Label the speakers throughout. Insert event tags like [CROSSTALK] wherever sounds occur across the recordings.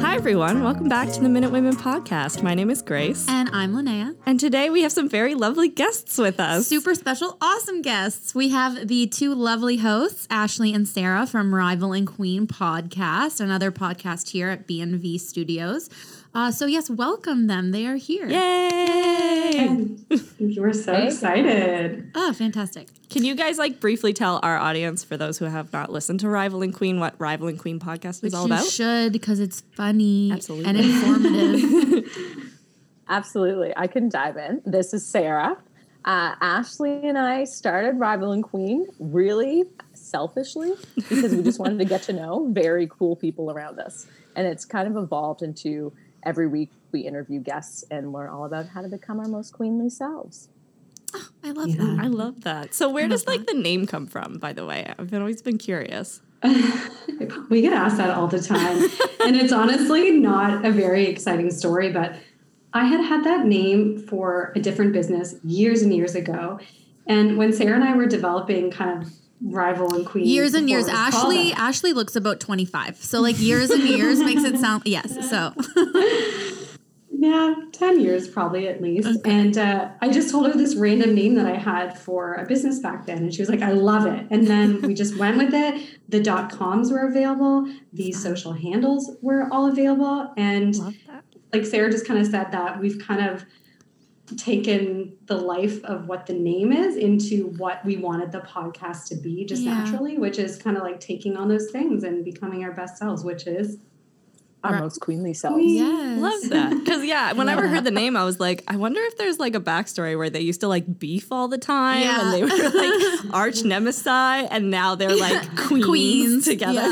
Speaker 1: Hi, everyone. Welcome back to the Minute Women podcast. My name is Grace.
Speaker 2: And I'm Linnea.
Speaker 1: And today we have some very lovely guests with us.
Speaker 2: Super special, awesome guests. We have the two lovely hosts, Ashley and Sarah from Rival and Queen podcast, another podcast here at BNV Studios. Uh, so, yes, welcome them. They are here.
Speaker 1: Yay!
Speaker 3: And you were so excited.
Speaker 2: Oh, fantastic.
Speaker 1: Can you guys like briefly tell our audience, for those who have not listened to Rival and Queen, what Rival and Queen podcast
Speaker 2: Which
Speaker 1: is all
Speaker 2: you
Speaker 1: about?
Speaker 2: should because it's funny
Speaker 1: Absolutely. [LAUGHS]
Speaker 2: and informative.
Speaker 4: Absolutely. I can dive in. This is Sarah. Uh, Ashley and I started Rival and Queen really selfishly because we just wanted to get to know very cool people around us. And it's kind of evolved into every week we interview guests and learn all about how to become our most queenly selves.
Speaker 2: I love
Speaker 3: Yeah.
Speaker 2: that.
Speaker 1: I love that. So, where does like the name come from, by the way? I've been- always been curious.
Speaker 3: We get asked that all the time. and it's honestly not a very exciting story, but I had had that name for a different business years and years ago. And when Sarah and I were developing kind of rival and queen
Speaker 2: Years and
Speaker 3: before
Speaker 2: years.
Speaker 3: it was called
Speaker 2: Ashley
Speaker 3: that,
Speaker 2: Ashley looks about 25. So like years and years makes it sound yes.
Speaker 1: [LAUGHS]
Speaker 2: So
Speaker 3: Yeah, 10 years probably at least. And uh, I just told her this random name that I had for a business back then. And she was like, I love it. And then we just went with it. The dot coms were available, the social handles were all available. And
Speaker 1: Love that.
Speaker 3: like Sarah just kind of said, that we've kind of taken the life of what the name is into what we wanted the podcast to be just
Speaker 2: Yeah.
Speaker 3: naturally, which is kind of like taking on those things and becoming our best selves, which is
Speaker 4: Our
Speaker 2: Right.
Speaker 4: most queenly selves.
Speaker 3: Queen.
Speaker 2: yes.
Speaker 1: Love that. Because,
Speaker 2: [LAUGHS]
Speaker 1: yeah, whenever I heard the name, I was like, I wonder if there's like a backstory where they used to like beef all the time
Speaker 2: Yeah.
Speaker 1: and they
Speaker 2: [LAUGHS]
Speaker 1: were like arch nemesis and now they're like queens,
Speaker 2: Queens,
Speaker 1: together.
Speaker 2: yeah.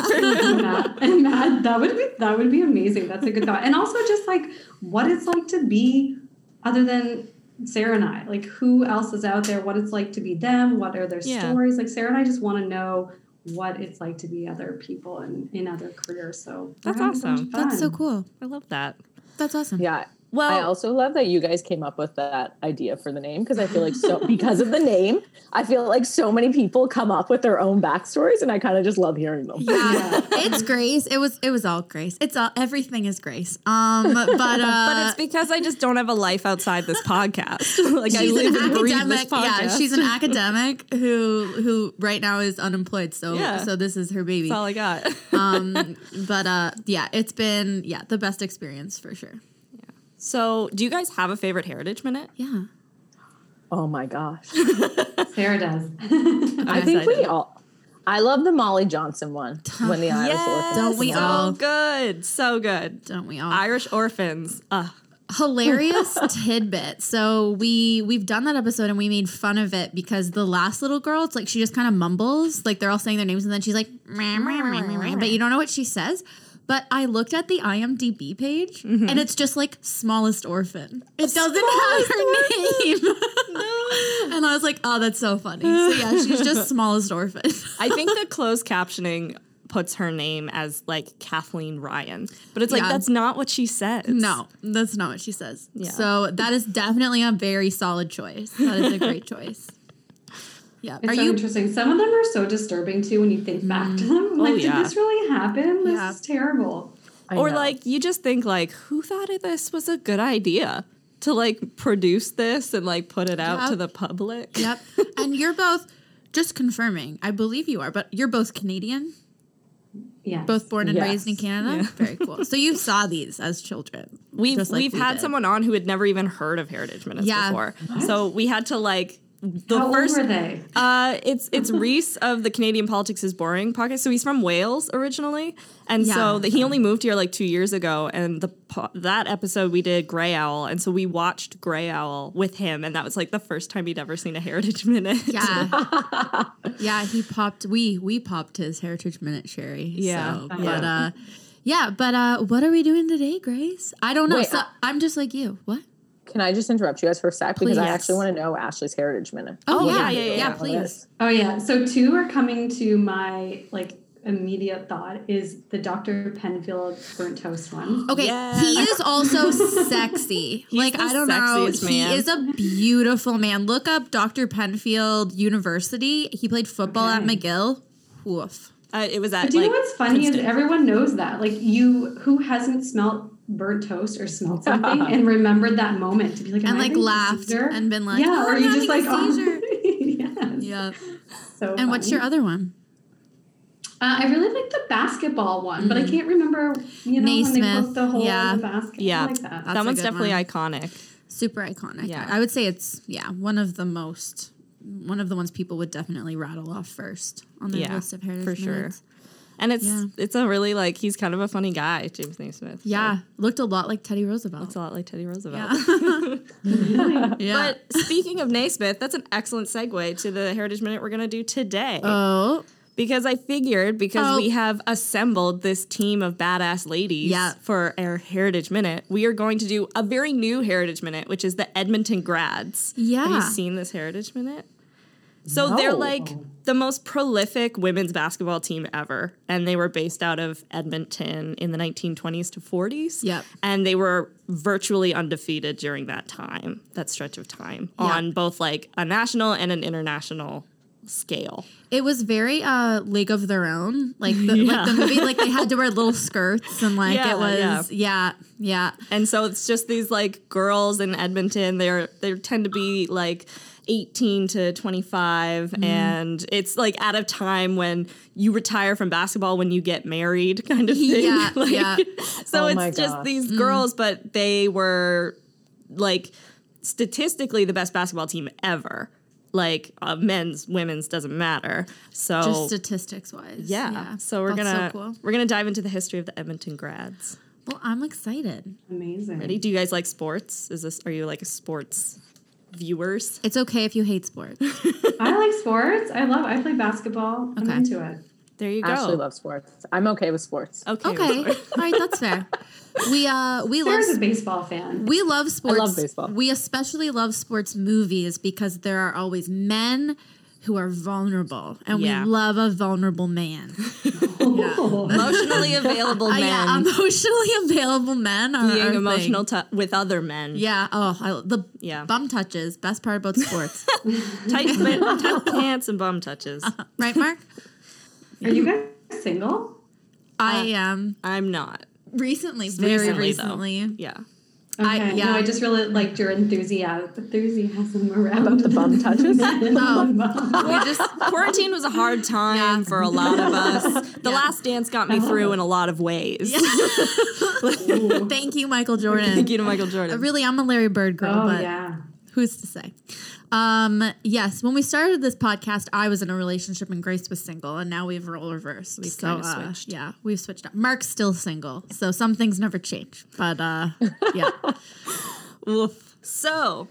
Speaker 2: [LAUGHS]
Speaker 3: and that, and that that would be that would be amazing. That's a good thought. And also just like what it's like to be other than Sarah and I. Like who else is out there? What it's like to be them? What are their
Speaker 1: Yeah.
Speaker 3: stories? Like Sarah and I just want to know what it's like to be other people and in other careers. So we're
Speaker 1: That's
Speaker 3: having so much
Speaker 1: awesome.
Speaker 2: That's so
Speaker 3: fun.
Speaker 2: cool.
Speaker 1: [LAUGHS]
Speaker 2: [LAUGHS]
Speaker 1: I love that.
Speaker 2: That's awesome.
Speaker 4: Yeah.
Speaker 1: Well,
Speaker 4: I also love that you guys came up with that idea for the name because I feel like
Speaker 2: [LAUGHS]
Speaker 4: so because of the name, I feel like so many people come up with their own backstories and I kind of just love hearing them.
Speaker 2: Yeah, [LAUGHS] it's grace. It was it was all grace. It's all everything is grace.
Speaker 1: [LAUGHS]
Speaker 2: Um, but uh,
Speaker 1: but it's because I just don't have a life outside this podcast. [LAUGHS] like I live and breathe this podcast.
Speaker 2: Yeah,
Speaker 1: [LAUGHS]
Speaker 2: she's an academic who who right now is unemployed. So
Speaker 1: Yeah.
Speaker 2: so this is her baby.
Speaker 1: That's all I got.
Speaker 2: [LAUGHS] um, but uh, yeah, it's been yeah the best experience for sure.
Speaker 1: [LAUGHS] so, do you guys have a favorite Heritage Minute?
Speaker 2: Yeah,
Speaker 4: Oh my gosh.
Speaker 3: Sarah does. [LAUGHS]
Speaker 4: I think
Speaker 1: excited.
Speaker 4: we all. I love the Molly Johnson one
Speaker 1: [LAUGHS]
Speaker 4: when the Irish
Speaker 1: Yes.
Speaker 4: orphan.
Speaker 2: Don't we
Speaker 1: so
Speaker 2: all?
Speaker 1: good, so good.
Speaker 2: don't we all?
Speaker 1: Irish orphans. Ugh.
Speaker 2: hilarious tidbit. So we we've done that episode and we made fun of it because the last little girl, it's like she just kind of mumbles, like they're all saying their names and then she's like, "Meh, meh, meh, meh, meh," but you don't know what she says. But I looked at the IMDb page and it's just like smallest orphan. It doesn't have her name. [LAUGHS] and I was like, oh, that's so funny. So yeah, she's just smallest orphan.
Speaker 1: I think the closed captioning puts her name as like Kathleen Ryan, but it's like
Speaker 2: Yeah.
Speaker 1: that's not what she says.
Speaker 2: No, that's not what she says. So that is definitely a very solid choice. That is a great choice. Yeah.
Speaker 3: It's
Speaker 2: Are
Speaker 3: so
Speaker 2: you Mm.
Speaker 3: interesting. Some of them are so disturbing too when you think back to them. Like,
Speaker 1: yeah.
Speaker 3: did this really happen? This
Speaker 2: Oh, Yeah.
Speaker 3: is terrible.
Speaker 4: I
Speaker 1: or
Speaker 4: know.
Speaker 1: like you just think like who thought of this was a good idea to like produce this and like put it out
Speaker 2: Yeah.
Speaker 1: to the public
Speaker 2: Yep. And you're both just confirming, I believe you are, but you're both Canadian,
Speaker 3: Yeah.
Speaker 2: both born and raised in
Speaker 4: Yes.
Speaker 2: Canada. Very cool. So
Speaker 1: [LAUGHS]
Speaker 2: you saw these as children.
Speaker 1: we've
Speaker 2: just like
Speaker 1: we've
Speaker 2: we
Speaker 1: had
Speaker 2: did.
Speaker 1: someone on who had never even heard of heritage minutes
Speaker 2: Yeah.
Speaker 1: before so we had to like the
Speaker 3: How
Speaker 1: first
Speaker 3: old were they?
Speaker 1: Uh, it's
Speaker 2: [LAUGHS]
Speaker 1: it's Reese of the Canadian Politics is Boring podcast. So he's from Wales originally, and so
Speaker 2: Yeah.
Speaker 1: the, he only moved here like two years ago. And the po- that episode we did Grey Owl, and so we watched Grey Owl with him, and that was like the first time he'd ever seen a Heritage [LAUGHS] Minute.
Speaker 2: Yeah.
Speaker 1: [LAUGHS]
Speaker 2: yeah, he popped we we popped his heritage minute sherry.
Speaker 1: Yeah.
Speaker 2: So, but uh yeah, but uh what are we doing today, Grace? I don't know.
Speaker 4: Wait,
Speaker 1: uh,
Speaker 2: so
Speaker 4: I-
Speaker 2: I'm just like you. What?
Speaker 4: Can I just interrupt you guys for a sec because I
Speaker 1: Please.
Speaker 4: actually want to know Ashley's heritage minute.
Speaker 1: Oh, yeah, yeah, yeah, yeah.
Speaker 2: please.
Speaker 3: Oh yeah. So two are coming to my like immediate thought is the Dr. Penfield burnt
Speaker 2: [GASPS]
Speaker 3: toast one.
Speaker 2: Okay,
Speaker 1: Yes.
Speaker 2: he is
Speaker 1: [LAUGHS]
Speaker 2: also sexy. like
Speaker 1: the
Speaker 2: I don't know,
Speaker 1: sexiest
Speaker 2: he
Speaker 1: man.
Speaker 2: is a beautiful man. Look up Dr. Penfield University. He played football at
Speaker 3: Okay.
Speaker 2: McGill. Woof.
Speaker 1: Uh, it was at.
Speaker 5: But do you
Speaker 1: like,
Speaker 5: know what's funny is
Speaker 1: Princeton.
Speaker 5: everyone knows that. Like you, who hasn't smelt burnt toast or smelled
Speaker 2: [LAUGHS]
Speaker 5: something and remembered that moment to be like, "Am
Speaker 2: and
Speaker 5: I
Speaker 2: like
Speaker 5: having a
Speaker 2: laughed
Speaker 5: seizure?"
Speaker 2: and been like,
Speaker 5: yeah,
Speaker 2: oh,
Speaker 5: or
Speaker 2: I'm
Speaker 5: you just like, [LAUGHS]
Speaker 2: having a
Speaker 5: oh,
Speaker 2: seizure.
Speaker 5: yes.
Speaker 2: yeah.
Speaker 5: So
Speaker 2: And what's
Speaker 5: funny.
Speaker 2: your other one?
Speaker 5: Uh, I really like the basketball one, but I can't remember. You know, when they
Speaker 2: Mm. Naismith,
Speaker 5: put the hole
Speaker 2: yeah.
Speaker 5: in the basket.
Speaker 1: Yeah,
Speaker 5: I like that.
Speaker 1: that
Speaker 2: a
Speaker 1: one's
Speaker 2: good
Speaker 1: definitely
Speaker 2: one.
Speaker 1: iconic.
Speaker 2: Super iconic.
Speaker 1: Yeah.
Speaker 2: I would say it's yeah one of the most one of the ones people would definitely rattle off first on their
Speaker 1: Yeah,
Speaker 2: list of heritage
Speaker 1: for sure.
Speaker 2: moments.
Speaker 1: And it's
Speaker 2: Yeah.
Speaker 1: it's a really like he's kind of a funny guy, James Naismith. so
Speaker 2: Yeah, looked a lot like Teddy
Speaker 1: it's
Speaker 2: Roosevelt.
Speaker 1: a lot like Teddy Roosevelt.
Speaker 2: Yeah. [LAUGHS] yeah.
Speaker 1: But speaking of Naismith, that's an excellent segue to the Heritage Minute we're going to do today.
Speaker 2: oh,
Speaker 1: because I figured, because
Speaker 2: Oh.
Speaker 1: we have assembled this team of badass ladies
Speaker 2: Yeah.
Speaker 1: for our Heritage Minute, we are going to do a very new Heritage Minute, which is the Edmonton grads. Have you
Speaker 2: Yeah.
Speaker 1: seen this Heritage Minute? So they're
Speaker 4: No.
Speaker 1: like the most prolific women's basketball team ever. And they were based out of Edmonton in the 1920s to 40s.
Speaker 2: Yep.
Speaker 1: And they were virtually undefeated during that time, that stretch of time,
Speaker 2: Yeah.
Speaker 1: on both like a national and an international scale.
Speaker 2: it was very uh League of Their Own, like the, like the movie. Like they had to wear little skirts and like
Speaker 1: Yeah,
Speaker 2: it was yeah yeah.
Speaker 1: And so it's just these like girls in Edmonton. They're they tend to be like 18 to 25
Speaker 2: Mm-hmm.
Speaker 1: and it's like at a time when you retire from basketball when you get married [LAUGHS] kind of thing.
Speaker 2: Yeah,
Speaker 1: [LAUGHS] Like,
Speaker 2: yeah. Mm.
Speaker 1: So
Speaker 4: Oh my
Speaker 1: it's just
Speaker 4: gosh.
Speaker 1: these girls but they were like statistically the best basketball team ever. Like uh, men's, women's doesn't matter. So
Speaker 2: Just statistics wise.
Speaker 1: Oh. yeah. So we're
Speaker 2: That's
Speaker 1: gonna
Speaker 2: so cool.
Speaker 1: we're gonna dive into the history of the Edmonton grads.
Speaker 2: Well, I'm excited.
Speaker 5: Amazing.
Speaker 1: Ready? Do you guys like sports? Is this are you like a sports viewers?
Speaker 2: It's okay if you
Speaker 1: [LAUGHS]
Speaker 2: hate sports.
Speaker 5: I like sports. I love. I play basketball. I'm
Speaker 2: Okay.
Speaker 5: into it.
Speaker 1: There you go. Oh.
Speaker 4: Ashley loves sports. I'm okay with sports.
Speaker 1: okay. [LAUGHS]
Speaker 2: Okay. All
Speaker 1: Roar.
Speaker 2: right, that's fair. We uh we love
Speaker 5: Sarah's a baseball
Speaker 2: [LAUGHS]
Speaker 5: fan.
Speaker 2: we love sports.
Speaker 4: love baseball.
Speaker 2: We especially love sports movies because there are always men who are vulnerable and
Speaker 1: Yeah.
Speaker 2: we love a vulnerable man.
Speaker 3: [LAUGHS]
Speaker 1: [LAUGHS] Emotionally available
Speaker 2: Uh,
Speaker 1: men
Speaker 2: yeah, emotionally [LAUGHS] available men are our
Speaker 1: being
Speaker 2: thing.
Speaker 1: emotional tou- with other men.
Speaker 2: Yeah, oh, I, the
Speaker 1: Yeah.
Speaker 2: bum touches, best part
Speaker 1: [LAUGHS]
Speaker 2: about sports.
Speaker 1: Tight, fit- tight pants and bum touches.
Speaker 2: right, Mark?
Speaker 5: Are you guys single?
Speaker 2: I am
Speaker 1: I'm not.
Speaker 2: recently, very
Speaker 1: Uh, Recently, though.
Speaker 2: recently.
Speaker 1: [LAUGHS] Yeah.
Speaker 5: Okay.
Speaker 2: I- yeah.
Speaker 5: No, I just really liked your enthusiasm, enthusiasm around
Speaker 4: About [LAUGHS] the
Speaker 1: [LAUGHS]
Speaker 4: bum
Speaker 3: [LAUGHS]
Speaker 4: touches.
Speaker 5: oh.
Speaker 2: We just
Speaker 1: Quarantine was a [LAUGHS] hard time
Speaker 2: Yeah.
Speaker 1: for a lot of us. The last dance got me through in a lot of ways. [LAUGHS]
Speaker 2: thank you, Michael Jordan.
Speaker 1: Thank you to Michael Jordan.
Speaker 2: Uh, Really, I'm a Larry Bird girl,
Speaker 5: Oh
Speaker 2: but
Speaker 5: yeah.
Speaker 2: who's to say? Um, yes, when we started this podcast, I was in a relationship and Grace was single, and now we've role reversed. We've
Speaker 1: kinda switched.
Speaker 2: yeah, we've switched up. Mark's still single, so some things never change. But uh,
Speaker 1: [LAUGHS]
Speaker 2: yeah,
Speaker 1: Oof. So,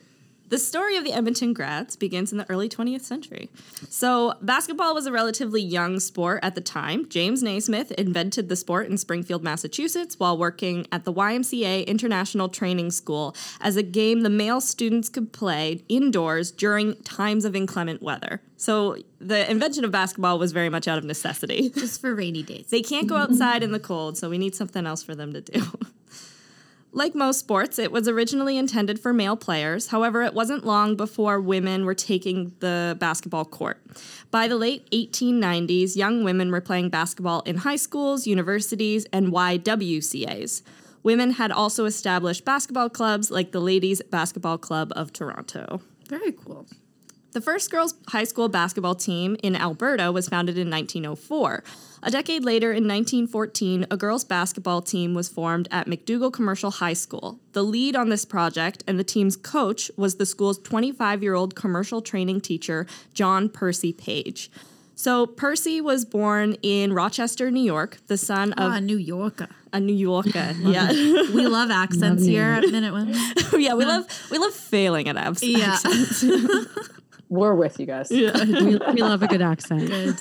Speaker 1: the story of the Edmonton grads begins in the early 20th century. So, basketball was a relatively young sport at the time. James Naismith invented the sport in Springfield, Massachusetts, while working at the YMCA International Training School as a game the male students could play indoors during times of inclement weather. So, the invention of basketball was very much out of necessity.
Speaker 2: just for rainy days.
Speaker 1: They can't go outside in the cold, so we need something else for them to do. [LAUGHS] like most sports, it was originally intended for male players. However, it wasn't long before women were taking the basketball court. By the late 1890s, young women were playing basketball in high schools, universities, and YWCAs. Women had also established basketball clubs like the Ladies Basketball Club of Toronto.
Speaker 2: Very cool.
Speaker 1: The first girls' high school basketball team in Alberta was founded in 1904. A decade later, in 1914, a girls' basketball team was formed at McDougall Commercial High School. The lead on this project and the team's coach was the school's 25 year old commercial training teacher, John Percy Page. So, Percy was born in Rochester, New York, the son of
Speaker 2: Ah, New Yorker.
Speaker 1: a New Yorker. yeah. [LAUGHS]
Speaker 2: We love accents here at Minute Women.
Speaker 1: yeah, we love, we love failing at abs.
Speaker 2: Yeah,
Speaker 4: We're with you guys.
Speaker 3: we, we love a
Speaker 2: [LAUGHS]
Speaker 3: good accent.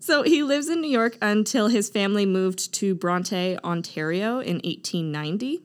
Speaker 1: So he lives in New York until his family moved to Bronte, Ontario in 1890.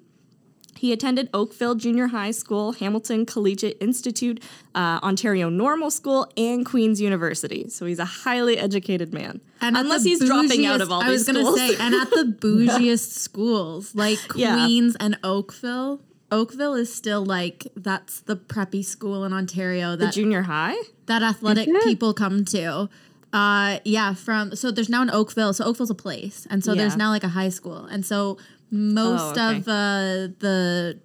Speaker 1: He attended Oakville Junior High School, Hamilton Collegiate Institute, uh, Ontario Normal School, and Queen's University. So he's a highly educated man.
Speaker 2: And at
Speaker 1: Unless
Speaker 2: the
Speaker 1: he's dropping out
Speaker 2: bougiest-
Speaker 1: of all
Speaker 2: I was
Speaker 1: these
Speaker 2: gonna
Speaker 1: schools.
Speaker 2: say, and at the bougiest schools like
Speaker 1: Yeah.
Speaker 2: Queens and Oakville. Oakville is still like that's the preppy school in Ontario
Speaker 1: [LAUGHS]
Speaker 2: that
Speaker 1: Junior high?
Speaker 2: that athletic people come to. Uh, yeah, from so there's now an Oakville. So Oakville's a place, and so there's
Speaker 1: Yeah.
Speaker 2: now like a high school, and so most
Speaker 1: Oh, okay.
Speaker 2: of uh, the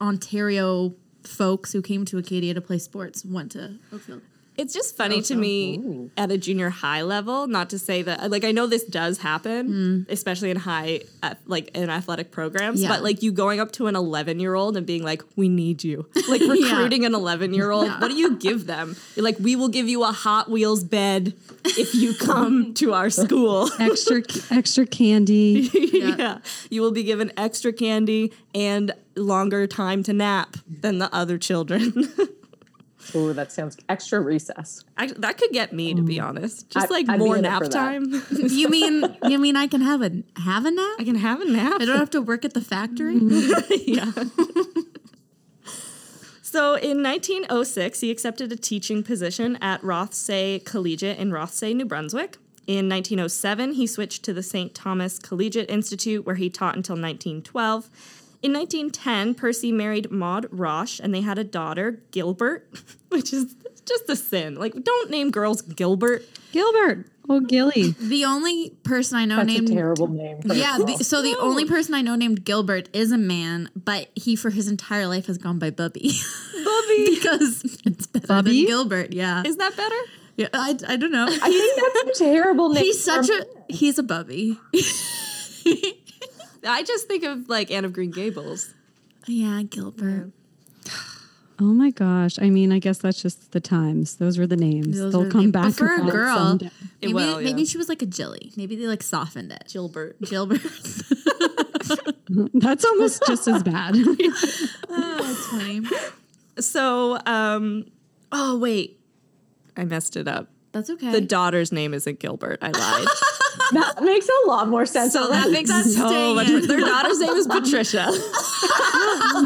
Speaker 2: Ontario folks who came to Acadia to play sports went to
Speaker 1: [LAUGHS]
Speaker 2: Oakville.
Speaker 1: It's just
Speaker 3: Oh,
Speaker 1: funny to me at a junior high level, not to say that, like, I know this does
Speaker 3: Hmm.
Speaker 1: happen, especially in high, ath- like, in athletic programs,
Speaker 2: Yeah.
Speaker 1: but like you going up to an 11 year old and being like, we need
Speaker 3: [LAUGHS]
Speaker 1: you. Like, recruiting an 11 year old, what do you give them? You're like, we will give you a Hot Wheels bed if
Speaker 3: [LAUGHS]
Speaker 1: you come to our school.
Speaker 3: Extra extra candy.
Speaker 1: [LAUGHS] yeah. You will be given extra candy and longer time to nap than the other children. [LAUGHS]
Speaker 4: Ooh, that sounds extra recess.
Speaker 1: I, that could get me, to be honest. Just
Speaker 4: I-
Speaker 1: like
Speaker 4: Mm. I'd be
Speaker 1: more
Speaker 4: in it
Speaker 1: nap
Speaker 4: for that. [LAUGHS]
Speaker 1: time.
Speaker 2: You mean you mean I can have a have a nap?
Speaker 1: I can have a nap.
Speaker 2: I
Speaker 4: [LAUGHS]
Speaker 2: don't have to work at the factory.
Speaker 3: Mm-hmm.
Speaker 1: yeah. [LAUGHS] so in 1906, he accepted a teaching position at Rothsay Collegiate in Rothsay, New Brunswick. In 1907, he switched to the St. Thomas Collegiate Institute, where he taught until 1912. In 1910, Percy married Maud Roche, and they had a daughter, Gilbert, [LAUGHS] which is just a sin. Like, don't name girls Gilbert.
Speaker 3: Gilbert. Oh, Gilly.
Speaker 2: The only person I know
Speaker 4: That's
Speaker 2: named
Speaker 4: a terrible name. For
Speaker 2: yeah.
Speaker 4: yeah,
Speaker 2: The, so the only person I know named Gilbert is a man, but he for his entire life has gone by Bubby. [LAUGHS] Bubby, because it's better
Speaker 3: Bubby?
Speaker 2: than Gilbert. Yeah,
Speaker 1: Is that better?
Speaker 2: yeah. I, I don't know.
Speaker 4: [LAUGHS] I think that's a terrible name.
Speaker 2: He's such
Speaker 4: for-
Speaker 2: a he's a Bubby.
Speaker 1: I just think of like Anne of Green Gables.
Speaker 2: yeah, Gilbert.
Speaker 3: Oh my gosh. I mean, I guess that's just the times. Those were the names.
Speaker 2: Those
Speaker 3: They'll
Speaker 2: were-
Speaker 3: come back
Speaker 2: but for a
Speaker 3: around
Speaker 2: girl.
Speaker 3: someday.
Speaker 1: It
Speaker 2: Maybe,
Speaker 1: will, yeah.
Speaker 2: maybe she was like a Jilly. Maybe they like softened it.
Speaker 1: Gilbert.
Speaker 2: [LAUGHS] Gilbert.
Speaker 3: That's almost just as bad. [LAUGHS]
Speaker 2: That's funny.
Speaker 1: So, um, oh wait, I messed it up.
Speaker 2: That's okay.
Speaker 1: The daughter's name isn't Gilbert. I lied.
Speaker 4: [LAUGHS] that makes a lot more sense.
Speaker 1: [LAUGHS] so that makes so
Speaker 2: staying
Speaker 1: much.
Speaker 2: in.
Speaker 1: Their daughter's name is [LAUGHS] Patricia.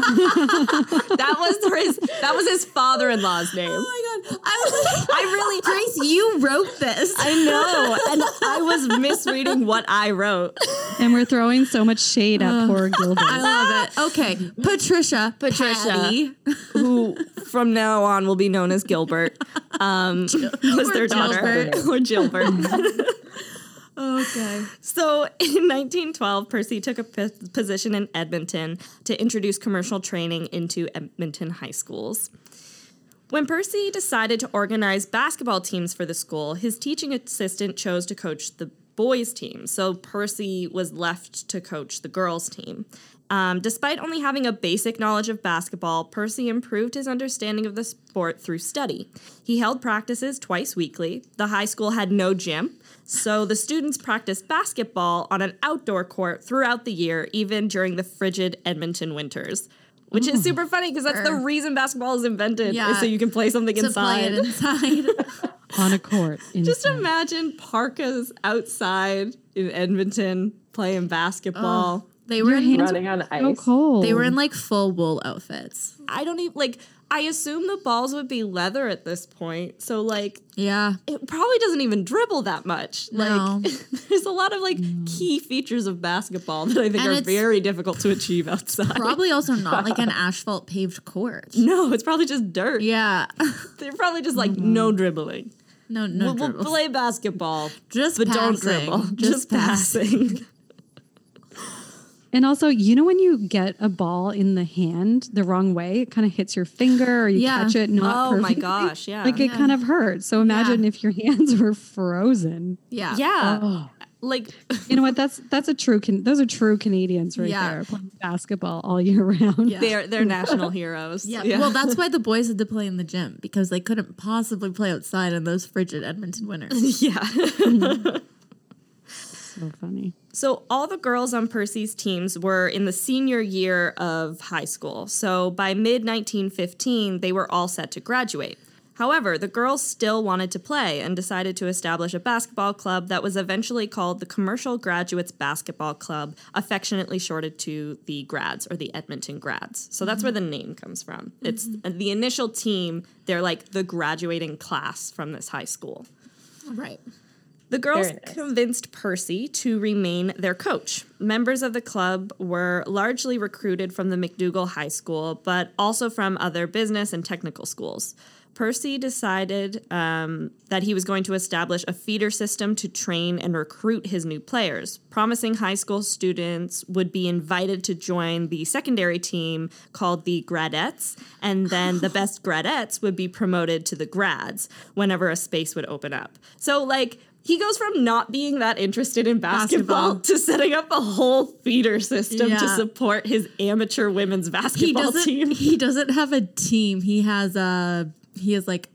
Speaker 1: that was his. That was his father-in-law's name.
Speaker 2: oh my god! I was like,
Speaker 1: I really.
Speaker 2: Grace, you wrote this.
Speaker 1: Oh, I know, and I was misreading what I wrote.
Speaker 3: and we're throwing so much shade at poor Gilbert.
Speaker 2: I love it. Okay, Patricia.
Speaker 1: Patricia.
Speaker 2: Patty.
Speaker 1: Who, from now on, will be known as Gilbert. Um, was
Speaker 2: Or
Speaker 1: their daughter [LAUGHS]
Speaker 2: Gilbert.
Speaker 1: or Gilbert?
Speaker 2: Okay.
Speaker 1: So in 1912, Percy took a p- position in Edmonton to introduce commercial training into Edmonton high schools. When Percy decided to organize basketball teams for the school, his teaching assistant chose to coach the boys' team, so Percy was left to coach the girls' team. Um, despite only having a basic knowledge of basketball, Percy improved his understanding of the sport through study. He held practices twice weekly. The high school had no gym, so the students practiced basketball on an outdoor court throughout the year, even during the frigid Edmonton winters. Which is super funny because that's the
Speaker 2: Sure.
Speaker 1: reason basketball is invented is
Speaker 2: Yeah.
Speaker 1: so you can play something
Speaker 2: To play
Speaker 1: inside. [LAUGHS]
Speaker 2: it inside.
Speaker 3: on a court.
Speaker 1: Just
Speaker 3: inside.
Speaker 1: imagine parkas outside in Edmonton playing basketball.
Speaker 2: [LAUGHS] They were in,
Speaker 3: hands
Speaker 4: running on ice.
Speaker 3: so cold.
Speaker 2: they were in like full wool outfits.
Speaker 1: I don't even like. I assume the balls would be leather at this point, so like
Speaker 2: Yeah.
Speaker 1: it probably doesn't even dribble that much. Like [LAUGHS]
Speaker 2: No.
Speaker 1: there's a lot of like key features of basketball that I think
Speaker 2: And
Speaker 1: are
Speaker 2: it's-
Speaker 1: very difficult to achieve outside.
Speaker 2: Probably also not like an asphalt paved court.
Speaker 1: [LAUGHS] no, it's probably just dirt.
Speaker 2: Yeah. [LAUGHS]
Speaker 1: They're probably just like no dribbling.
Speaker 2: No, no.
Speaker 1: We'll- we'll
Speaker 2: dribbles.
Speaker 1: play basketball,
Speaker 2: Just
Speaker 1: but
Speaker 2: passing.
Speaker 1: don't dribble. Just,
Speaker 2: pass.
Speaker 1: passing.
Speaker 3: and also, you know when you get a ball in the hand the wrong way, it kind of hits your finger or you
Speaker 2: Yeah.
Speaker 3: catch it not
Speaker 1: [LAUGHS] Oh my
Speaker 3: perfectly.
Speaker 1: gosh, yeah.
Speaker 3: Like it
Speaker 2: Yeah.
Speaker 3: kind of hurts. So imagine if your [LAUGHS] hands were frozen.
Speaker 2: Yeah.
Speaker 1: Yeah.
Speaker 2: Oh.
Speaker 1: Like
Speaker 3: You know what? That's that's a true. Can- those are true Canadians right
Speaker 2: Yeah.
Speaker 3: there playing basketball all year [LAUGHS] round.
Speaker 2: Yeah.
Speaker 1: they're
Speaker 2: [LAUGHS]
Speaker 1: they're national heroes.
Speaker 2: Yeah. Well, that's why the boys had to play in the gym because they couldn't possibly play outside in those frigid Edmonton
Speaker 1: [LAUGHS]
Speaker 2: winters.
Speaker 1: yeah.
Speaker 3: So funny.
Speaker 1: so all the girls on Percy's teams were in the senior year of high school. So by mid 1915, they were all set to graduate. However, the girls still wanted to play and decided to establish a basketball club that was eventually called the Commercial Graduates Basketball Club, affectionately shorted to the grads or the Edmonton grads. So that's where the name comes from. It's the initial team, they're like the graduating class from this high school.
Speaker 2: [LAUGHS] right.
Speaker 1: The girls
Speaker 4: Very nice.
Speaker 1: convinced Percy to remain their coach. Members of the club were largely recruited from the McDougall High School, but also from other business and technical schools. Percy decided um, that he was going to establish a feeder system to train and recruit his new players. Promising high school students would be invited to join the secondary team called the Gradettes, and then the best Gradettes would be promoted to the grads whenever a space would open up. So, like, he goes from not being that interested in basketball,
Speaker 2: Basketball.
Speaker 1: to setting up a whole feeder system to
Speaker 2: Yeah.
Speaker 1: support his amateur women's
Speaker 2: he
Speaker 1: basketball
Speaker 2: doesn't.
Speaker 1: team.
Speaker 2: [LAUGHS] He doesn't have a team. He has a. He is like,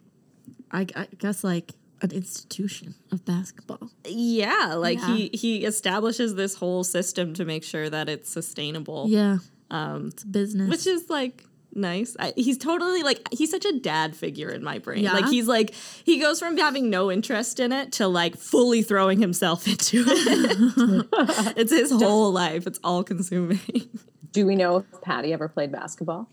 Speaker 2: I, I guess like an institution of basketball.
Speaker 1: [LAUGHS] Yeah, like
Speaker 2: Yeah.
Speaker 1: he he establishes this whole system to make sure that it's sustainable,
Speaker 2: Yeah. Um, it's a business.
Speaker 1: which is like nice. I, he's totally like he's such a dad figure in my brain.
Speaker 2: Yeah?
Speaker 1: Like he's like he goes from having no interest in it to like fully throwing himself [LAUGHS] into [LAUGHS] it. it's his whole life. It's all consuming. [LAUGHS]
Speaker 4: Do we know if Patty ever played basketball?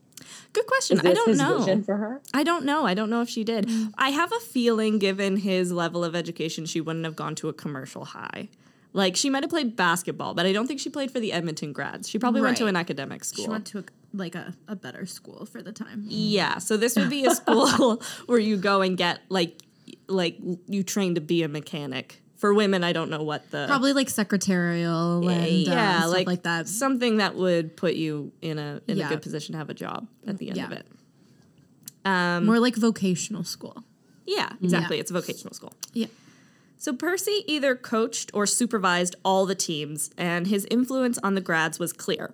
Speaker 1: Good question.
Speaker 4: Is this
Speaker 1: I don't
Speaker 4: his
Speaker 1: know.
Speaker 4: vision for her?
Speaker 1: I don't know. I don't know if she did.
Speaker 2: Mm.
Speaker 1: I have a feeling, given his level of education, she wouldn't have gone to a commercial high. Like she might have played basketball, but I don't think she played for the Edmonton grads. She probably went to
Speaker 2: Right.
Speaker 1: an academic school.
Speaker 2: she went to a, like a, a better school for the time.
Speaker 1: yeah, so this would
Speaker 2: [LAUGHS]
Speaker 1: be a school [LAUGHS] where you go and get like, like you train to be a mechanic. For women, I don't know what the
Speaker 2: Probably like secretarial and yeah, stuff like, that.
Speaker 1: Something that would put you in a in a
Speaker 2: Yeah.
Speaker 1: good position to have a job at the end of
Speaker 2: Yeah.
Speaker 1: it. Um,
Speaker 2: More like vocational school.
Speaker 1: yeah, exactly. It's a vocational school.
Speaker 2: Yeah.
Speaker 1: So Percy either coached or supervised all the teams, and his influence on the grads was clear.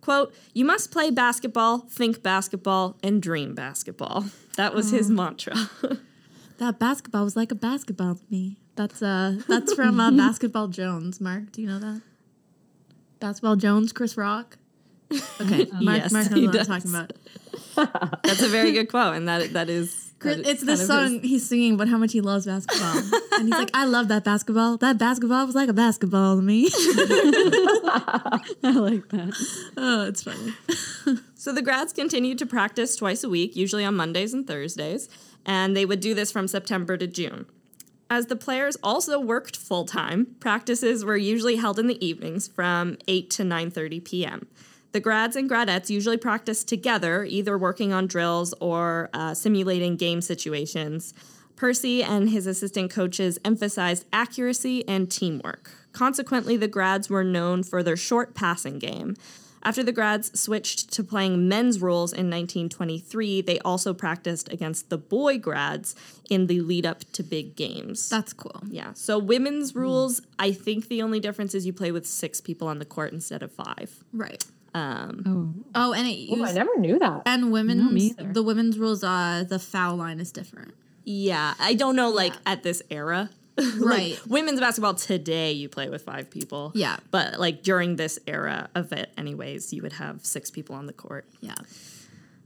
Speaker 1: Quote, you must play basketball, think basketball, and dream basketball. That was his mantra. [LAUGHS]
Speaker 2: That basketball was like a basketball to me. That's uh [LAUGHS] that's from uh, Basketball Jones, Mark. Do you know that? Basketball Jones, Chris [LAUGHS] Rock. Okay. Mark
Speaker 1: Yes,
Speaker 2: Mark knows
Speaker 1: he
Speaker 2: what
Speaker 1: does.
Speaker 2: I'm talking about.
Speaker 1: That's a very good quote, and that that is
Speaker 2: Chris,
Speaker 1: that is
Speaker 2: it's this
Speaker 1: kind of his-
Speaker 2: song he's singing about how much he loves basketball. and he's like, I love that basketball. That basketball was like a basketball to me.
Speaker 3: [LAUGHS]
Speaker 2: [LAUGHS]
Speaker 3: I like that.
Speaker 2: oh, it's funny.
Speaker 1: So the grads continued to practice twice a week, usually on Mondays and Thursdays, and they would do this from September to June. As the players also worked full time, practices were usually held in the evenings from 8 to 9:30 p.m. The grads and gradettes usually practiced together, either working on drills or uh, simulating game situations. Percy and his assistant coaches emphasized accuracy and teamwork. Consequently, the grads were known for their short passing game. After the grads switched to playing men's rules in 1923, they also practiced against the boy grads in the lead up to big games.
Speaker 2: That's cool.
Speaker 1: yeah. So women's rules, I think the only difference is you play with six people on the court instead of five.
Speaker 2: Right.
Speaker 3: Oh,
Speaker 2: Oh, and it
Speaker 4: Oh, I
Speaker 2: used
Speaker 4: never knew that.
Speaker 2: and
Speaker 3: me
Speaker 2: women's
Speaker 3: either.
Speaker 2: the women's rules uh the foul line is different.
Speaker 1: Yeah. I don't know like at this era. [LAUGHS] Like,
Speaker 2: Right.
Speaker 1: women's basketball today you play with five people.
Speaker 2: Yeah.
Speaker 1: But like during this era of it anyways, you would have six people on the court.
Speaker 2: Yeah.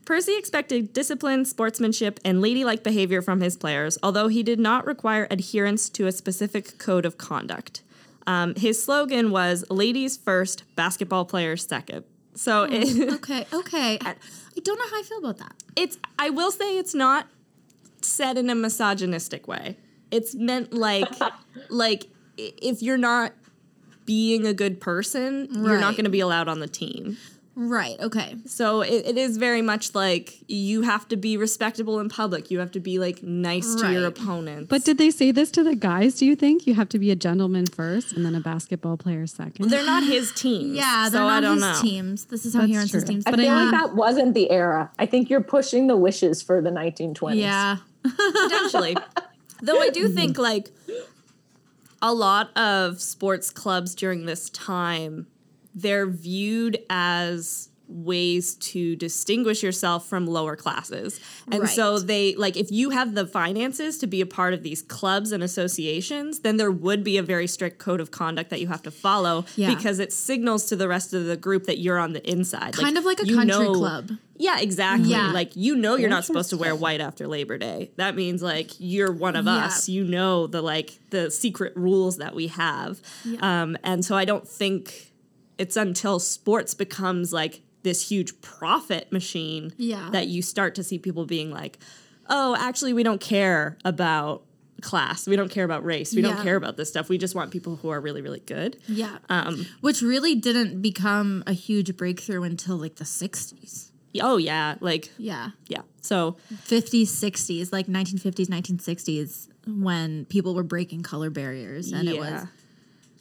Speaker 1: Percy expected discipline, sportsmanship, and ladylike behavior from his players, although he did not require adherence to a specific code of conduct. Um, his slogan was ladies first, basketball players second. So it, [LAUGHS]
Speaker 2: Okay, okay. I, I don't know how I feel about that.
Speaker 1: it's, I will say it's not said in a misogynistic way. It's meant like, like i- if you're not being a good person, you're not
Speaker 2: Right.
Speaker 1: going to be allowed on the team.
Speaker 2: Right, okay.
Speaker 1: So it, it is very much like you have to be respectable in public. You have to be like nice to your
Speaker 2: Right.
Speaker 1: opponents.
Speaker 3: but did they say this to the guys? Do you think you have to be a gentleman first and then a basketball player second?
Speaker 1: they're not his team.
Speaker 2: Yeah, they're
Speaker 1: so
Speaker 2: not
Speaker 1: I don't
Speaker 2: his
Speaker 1: know.
Speaker 2: teams. This is how
Speaker 3: That's
Speaker 2: he runs his
Speaker 3: true.
Speaker 2: teams.
Speaker 4: I
Speaker 2: But
Speaker 4: feel
Speaker 2: yeah.
Speaker 4: like that wasn't the era. I think you're pushing the wishes for the 1920s.
Speaker 2: yeah.
Speaker 1: Potentially, though, I
Speaker 2: Mm-hmm.
Speaker 1: do think like a lot of sports clubs during this time they're viewed as ways to distinguish yourself from lower classes. And
Speaker 2: Right.
Speaker 1: so they like if you have the finances to be a part of these clubs and associations, then there would be a very strict code of conduct that you have to follow
Speaker 2: Yeah.
Speaker 1: because it signals to the rest of the group that you're on the inside.
Speaker 2: Kind of like a
Speaker 1: you
Speaker 2: country
Speaker 1: know-
Speaker 2: club.
Speaker 1: Yeah, exactly.
Speaker 2: Yeah.
Speaker 1: Like you know you're not supposed to wear white after Labor Day. That means like you're one of
Speaker 2: Yeah.
Speaker 1: us. You know the like the secret rules that we have.
Speaker 2: Yeah.
Speaker 1: Um and so I don't think it's until sports becomes like this huge profit machine
Speaker 2: Yeah.
Speaker 1: that you start to see people being like, "Oh, actually we don't care about class. We don't care about race. We don't
Speaker 2: Yeah.
Speaker 1: care about this stuff. We just want people who are really really good."
Speaker 2: Yeah.
Speaker 1: Um
Speaker 2: Which really didn't become a huge breakthrough until like the 60s.
Speaker 1: Oh yeah, like
Speaker 2: Yeah.
Speaker 1: yeah. So
Speaker 2: 50s, 60s, like 1950s, 1960s, when people were breaking color barriers. And
Speaker 1: yeah.
Speaker 2: it was.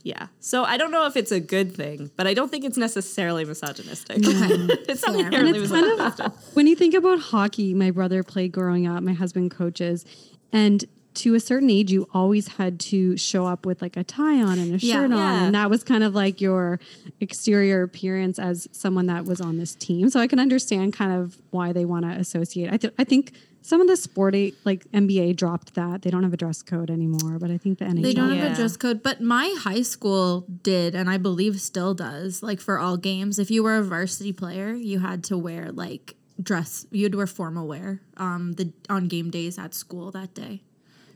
Speaker 1: Yeah. So I don't know if it's a good thing, but I don't think it's necessarily misogynistic.
Speaker 2: Okay.
Speaker 1: [LAUGHS] it's not
Speaker 2: Fair.
Speaker 3: And
Speaker 1: inherently
Speaker 3: it's kind
Speaker 1: misogynistic.
Speaker 3: of when you think about hockey, my brother played growing up, my husband coaches, and to a certain age, you always had to show up with like a tie on and a
Speaker 2: Yeah.
Speaker 3: shirt on,
Speaker 1: Yeah.
Speaker 3: and that was kind of like your exterior appearance as someone that was on this team. So I can understand kind of why they want to associate. I, th- I think some of the sporty like NBA dropped that; they don't have a dress code anymore. But I think the NHL
Speaker 2: They don't
Speaker 1: Yeah.
Speaker 2: have a dress code, but my high school did, and I believe still does. Like for all games, if you were a varsity player, you had to wear like dress. You had to wear formal wear. Um, the on game days at school that day.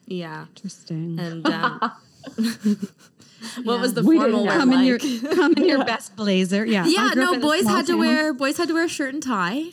Speaker 1: Yeah.
Speaker 3: interesting.
Speaker 1: And um, [LAUGHS] what was the
Speaker 4: We
Speaker 1: formal
Speaker 4: didn't
Speaker 1: wear
Speaker 3: Come in your
Speaker 1: like?
Speaker 3: come
Speaker 2: [LAUGHS]
Speaker 3: in your best blazer. Yeah,
Speaker 2: Yeah,
Speaker 3: I grew up
Speaker 2: no,
Speaker 3: in a
Speaker 2: boys
Speaker 3: small
Speaker 2: had to
Speaker 3: town.
Speaker 2: wear boys had to wear a shirt and tie,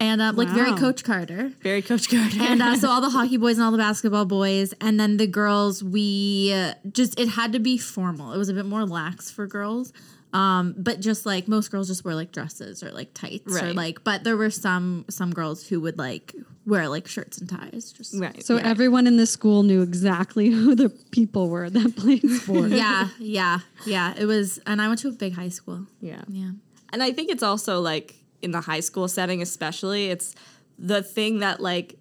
Speaker 2: and uh, like very
Speaker 3: Wow.
Speaker 2: Coach Carter.
Speaker 1: Very Coach Carter.
Speaker 2: and uh, so all the hockey boys and all the basketball boys and then the girls we uh, just it had to be formal it was a bit more lax for girls um, but just like most girls just wear like dresses or like tights or
Speaker 1: Right.
Speaker 2: like but there were some some girls who would like wear like shirts and ties
Speaker 1: [LAUGHS]
Speaker 2: just [LAUGHS]
Speaker 1: right.
Speaker 3: So everyone in the school knew exactly [LAUGHS] who the people were that played sports.
Speaker 2: yeah yeah yeah it was and i went to a big high school
Speaker 1: yeah.
Speaker 2: yeah
Speaker 1: And I think it's also like in the high school setting, especially, it's the thing that like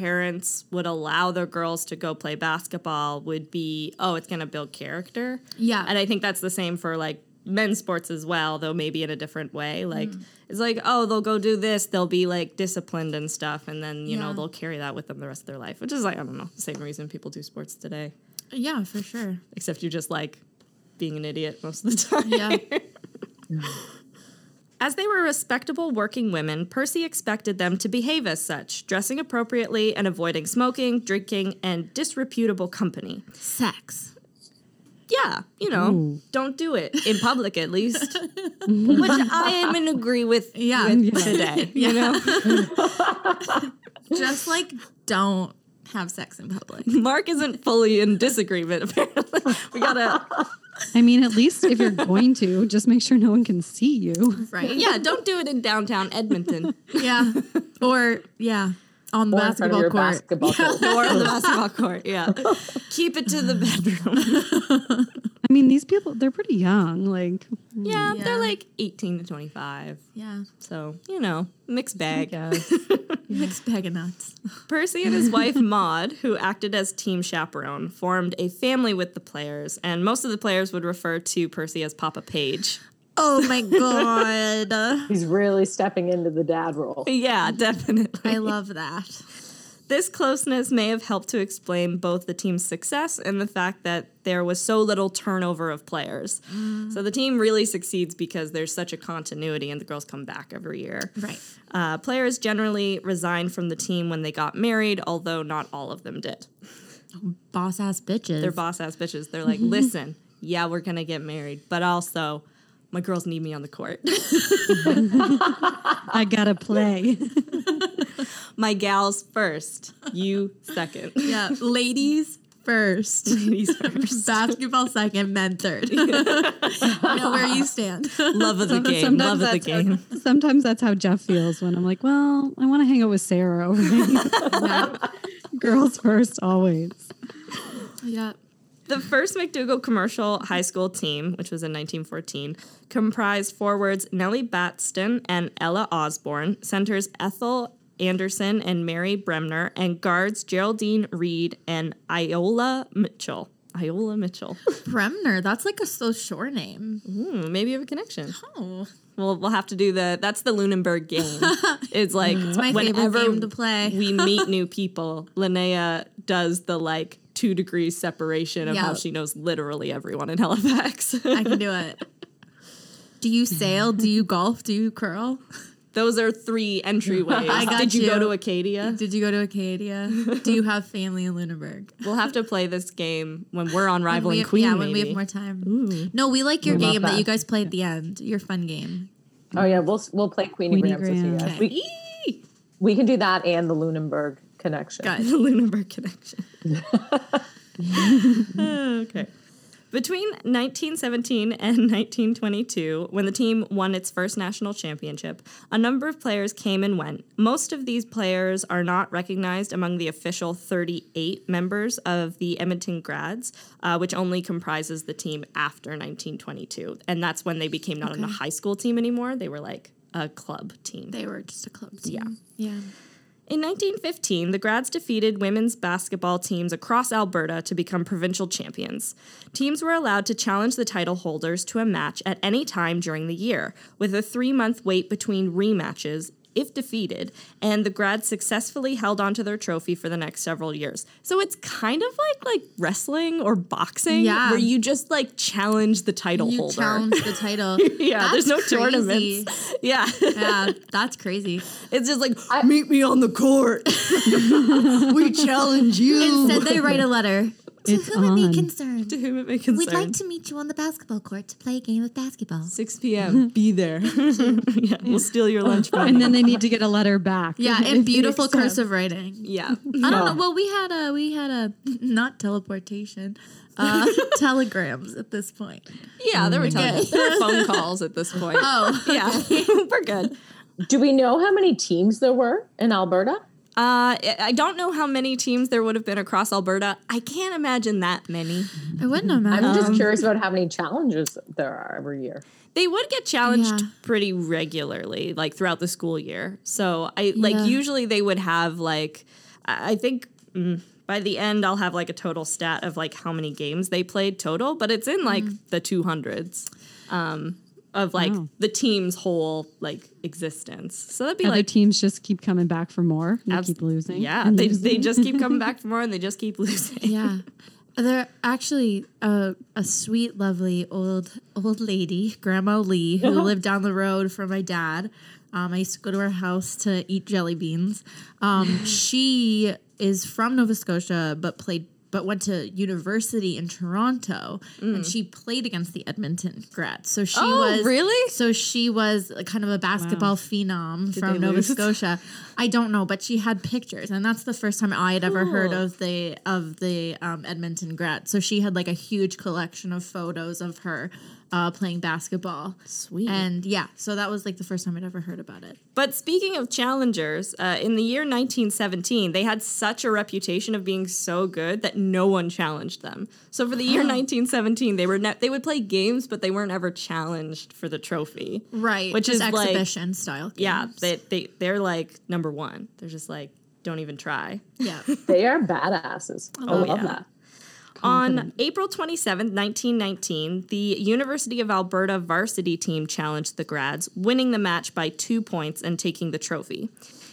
Speaker 1: parents would allow their girls to go play basketball would be, oh, it's going to build character.
Speaker 2: Yeah.
Speaker 1: And I think that's the same for like men's sports as well, though maybe in a different way. Like,
Speaker 2: Mm.
Speaker 1: it's like, oh, they'll go do this, they'll be like disciplined and stuff. And then, you know,
Speaker 2: Yeah.
Speaker 1: they'll carry that with them the rest of their life, which is like, I don't know, the same reason people do sports today,
Speaker 2: yeah for sure
Speaker 1: except you just like being an idiot most of the [LAUGHS] time.
Speaker 2: yeah
Speaker 1: [LAUGHS] As they were respectable working women, Percy expected them to behave as such, dressing appropriately and avoiding smoking, drinking, and disreputable company.
Speaker 2: sex
Speaker 1: Yeah, you know, don't do it in public at least, which I am in agree with,
Speaker 2: [LAUGHS] Yeah.
Speaker 1: with
Speaker 3: Yeah.
Speaker 1: today.
Speaker 2: you know [LAUGHS] just like don't have sex in public
Speaker 1: Mark isn't fully in disagreement. Apparently, we gotta
Speaker 3: I mean, at least if you're going to, just make sure no one can see you.
Speaker 2: right
Speaker 1: yeah, don't do it in downtown Edmonton
Speaker 4: [LAUGHS]
Speaker 2: Yeah. Or yeah, on the
Speaker 4: Or in front
Speaker 2: basketball
Speaker 4: of your
Speaker 2: court.
Speaker 4: basketball court.
Speaker 1: or
Speaker 4: [LAUGHS]
Speaker 1: on the basketball court. Yeah, keep it to the bedroom.
Speaker 3: I mean, these people, they're pretty young. Like,
Speaker 1: Yeah,
Speaker 2: Yeah.
Speaker 1: they're like eighteen to twenty-five.
Speaker 2: Yeah.
Speaker 1: So, you know, mixed bag.
Speaker 3: guess.
Speaker 2: Mixed bag of nuts.
Speaker 1: [LAUGHS] Percy and his wife Maud, who acted as team chaperone, formed a family with the players, and most of the players would refer to Percy as Papa Page.
Speaker 2: Oh my god.
Speaker 4: He's really stepping into the dad role.
Speaker 1: Yeah, definitely.
Speaker 2: Mm. I love that.
Speaker 1: [LAUGHS] This closeness may have helped to explain both the team's success and the fact that there was so little turnover of players.
Speaker 2: Mm.
Speaker 1: So the team really succeeds because there's such a continuity and the girls come back every year.
Speaker 2: Right.
Speaker 1: Uh, players generally resigned from the team when they got married, although not all of them did.
Speaker 2: Boss ass bitches.
Speaker 1: they're boss ass bitches. They're like, listen, yeah, we're gonna get married, but also my girls need me on the court. [LAUGHS]
Speaker 3: I gotta play.
Speaker 1: my gals first, you second.
Speaker 2: yeah. Ladies first.
Speaker 1: Ladies first.
Speaker 2: Basketball second, men
Speaker 4: [LAUGHS]
Speaker 2: third. know where you stand.
Speaker 1: Love of the game. Love of the
Speaker 3: that's
Speaker 1: game.
Speaker 3: How, [LAUGHS] sometimes that's how Jeff feels when I'm like, well, I want to hang out with Sarah over there. [LAUGHS] Girls first, always.
Speaker 2: yeah.
Speaker 1: The first McDougal commercial high school team, which was in 1914, comprised forwards Nellie Batston and Ella Osborne, centers Ethel Anderson and Mary Bremner, and guards Geraldine Reed and Iola Mitchell. Iola Mitchell.
Speaker 2: Bremner, that's like a so short name.
Speaker 1: Hmm, maybe you have a connection.
Speaker 2: Oh.
Speaker 1: We'll we'll have to do the that's the Lunenburg
Speaker 2: [LAUGHS]
Speaker 1: game. It's like
Speaker 2: my favorite
Speaker 1: whenever
Speaker 2: game to play. [LAUGHS]
Speaker 1: we meet new people, Linnea does the like two degrees separation of how
Speaker 2: Yeah.
Speaker 1: she knows literally everyone in Halifax. [LAUGHS]
Speaker 2: I can do it. Do you sail? Do you golf? Do you curl?
Speaker 1: Those are three entryways.
Speaker 2: [LAUGHS] I got
Speaker 1: Did you, go
Speaker 2: you.
Speaker 1: to Acadia?
Speaker 2: Did you go to Acadia? Do you have family in Lunenburg?
Speaker 1: We'll have to play this game when we're on Rival
Speaker 2: we
Speaker 1: and
Speaker 2: have-
Speaker 1: Queen.
Speaker 2: Yeah,
Speaker 1: maybe.
Speaker 2: when we have more time. No, we like your
Speaker 4: love
Speaker 2: game that.
Speaker 4: that.
Speaker 2: you guys play at the end. Your fun game.
Speaker 4: Oh yeah, we'll we'll play Queenie,
Speaker 3: Queenie
Speaker 4: Queenie Graham.
Speaker 3: Graham.
Speaker 4: Sophia. We, we can do that and the Lunenburg connection.
Speaker 2: Got it.
Speaker 1: the Lunenburg connection. [LAUGHS] okay. Between 1917 and 1922, when the team won its first national championship, a number of players came and went. Most of these players are not recognized among the official 38 members of the Edmonton grads, uh, which only comprises the team after 1922. And that's when they became not a high school team anymore. They were like a club team.
Speaker 2: They were just a club team. Yeah. Yeah.
Speaker 1: In 1915, the Grads defeated women's basketball teams across Alberta to become provincial champions. Teams were allowed to challenge the title holders to a match at any time during the year, with a three month wait between rematches if defeated, and the Grads successfully held onto their trophy for the next several years. So it's kind of like like wrestling or boxing,
Speaker 2: Yeah.
Speaker 1: where you just like challenge the title
Speaker 2: You
Speaker 1: holder.
Speaker 2: challenge the title.
Speaker 1: yeah,
Speaker 2: That's
Speaker 1: there's no
Speaker 2: crazy.
Speaker 1: tournaments. [LAUGHS] Yeah.
Speaker 2: yeah, that's crazy.
Speaker 1: it's just like
Speaker 4: I-
Speaker 1: meet me on the court. [LAUGHS] we challenge you.
Speaker 2: Instead, they write a letter.
Speaker 6: To
Speaker 3: It's
Speaker 6: whom it
Speaker 3: on.
Speaker 6: may concern,
Speaker 1: to whom it may
Speaker 6: we'd
Speaker 1: concern.
Speaker 6: like to meet you on the basketball court to play a game of basketball.
Speaker 1: 6 p.m. [LAUGHS] Be there. yeah, we'll steal your lunch money.
Speaker 3: and then they need to get a letter back.
Speaker 2: Yeah, in beautiful cursive writing.
Speaker 1: [LAUGHS] yeah,
Speaker 2: I don't know. Well, we had a we had a [LAUGHS] not teleportation, uh, telegrams at this point.
Speaker 1: [LAUGHS] yeah, there were tele- there [LAUGHS] were phone calls at this point. [LAUGHS]
Speaker 2: Oh,
Speaker 1: yeah, we're good.
Speaker 4: Do we know how many teams there were in Alberta?
Speaker 1: Uh, I I don't know how many teams there would have been across Alberta. I can't imagine that many.
Speaker 2: I wouldn't
Speaker 4: I'm
Speaker 2: imagine.
Speaker 4: just curious about how many challenges there are every year.
Speaker 1: They would get challenged
Speaker 2: Yeah.
Speaker 1: pretty regularly, like throughout the school year. So I like
Speaker 2: Yeah.
Speaker 1: usually they would have like I I think. Mm, by the end, I'll have like a total stat of like how many games they played total, but it's in like the 200s um, of like
Speaker 3: Wow.
Speaker 1: the team's whole like existence. So that'd be
Speaker 3: Other
Speaker 1: like
Speaker 3: teams just keep coming back for more. And
Speaker 1: Abs-
Speaker 3: they keep losing.
Speaker 1: Yeah,
Speaker 3: and
Speaker 1: they,
Speaker 3: losing.
Speaker 1: they just keep coming back for more and they just keep [LAUGHS] losing.
Speaker 2: yeah. There actually a, a sweet, lovely old old lady, Grandma Lee, who lived down the road from my dad. Um, I used to go to her house to eat jelly beans. Um, she is from Nova Scotia, but played but went to university in Toronto, and she played against the Edmonton grads. So she
Speaker 1: Oh,
Speaker 2: was
Speaker 1: really?
Speaker 2: so she was a- kind of a basketball phenom from Nova
Speaker 1: [LAUGHS]
Speaker 2: Scotia. I don't know, but she had pictures, and that's the first time I had ever heard
Speaker 1: Cool.
Speaker 2: of the of the um, Edmonton grad. So she had like a huge collection of photos of her uh, playing basketball.
Speaker 1: Sweet.
Speaker 2: And yeah, so that was like the first time I'd ever heard about it.
Speaker 1: But speaking of challengers, uh, in the year 1917, they had such a reputation of being so good that no one challenged them. So for the year 1917, they were ne- they would play games, but they weren't ever challenged for the trophy.
Speaker 2: Right,
Speaker 1: Which is like-
Speaker 2: exhibition style.
Speaker 1: Yeah,
Speaker 2: games.
Speaker 1: they, they they're like number one. They're just like don't even try. [LAUGHS]
Speaker 2: yeah.
Speaker 4: They are badasses. Oh, I love
Speaker 1: yeah.
Speaker 4: that.
Speaker 1: On April 27th, 1919, the University of Alberta varsity team challenged the grads, winning the match by two points and taking the trophy.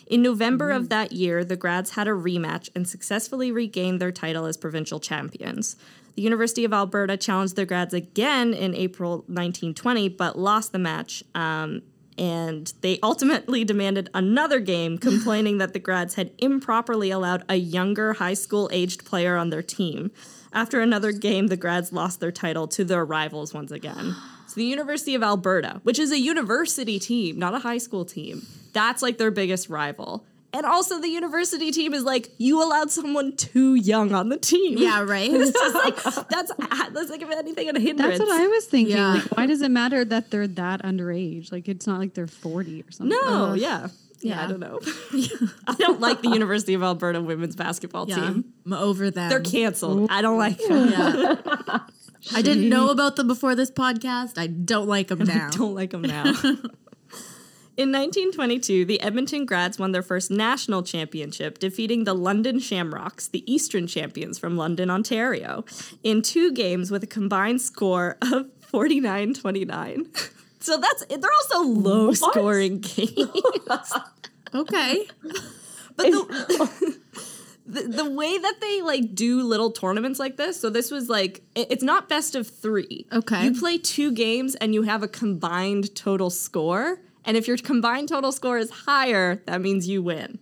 Speaker 1: In November of that year, the grads had a rematch and successfully regained their title as provincial champions. The University of Alberta challenged the grads again in April 1920, but lost the match. Um, and they ultimately demanded another game, complaining that the grads had improperly allowed a younger high school aged player on their team. After another game, the grads lost their title to their rivals once again. So the University of Alberta, which is a university team, not a high school team, that's like their biggest rival. And also, the university team is like, you allowed someone too young on the team.
Speaker 2: Yeah, right?
Speaker 1: [LAUGHS] it's just like, that's, that's like, if anything, a hindrance.
Speaker 3: That's what I was thinking.
Speaker 2: Yeah.
Speaker 3: Like, why does it matter that they're that underage? Like, it's not like they're 40 or something.
Speaker 1: No, yeah. Uh, yeah. I
Speaker 2: yeah.
Speaker 1: don't know. [LAUGHS] I don't like the University of Alberta women's basketball
Speaker 2: Yeah,
Speaker 1: team.
Speaker 2: I'm over them.
Speaker 1: They're canceled. I don't like [LAUGHS] them.
Speaker 2: yeah. I didn't know about them before this podcast. I don't
Speaker 1: [LAUGHS]
Speaker 2: like them now.
Speaker 1: Don't like them now. [LAUGHS] In 1922, the Edmonton Grads won their first national championship, defeating the London Shamrocks, the Eastern champions from London, Ontario, in two games with a combined score of 49 29. [LAUGHS] So that's they're also low scoring games. [LAUGHS]
Speaker 2: Okay.
Speaker 1: But the,
Speaker 3: [LAUGHS]
Speaker 1: [LAUGHS] the, the way that they like do little tournaments like this, so this was like it- it's not best of three.
Speaker 2: Okay.
Speaker 1: you play two games and you have a combined total score, and if your combined total score is higher, that means you win.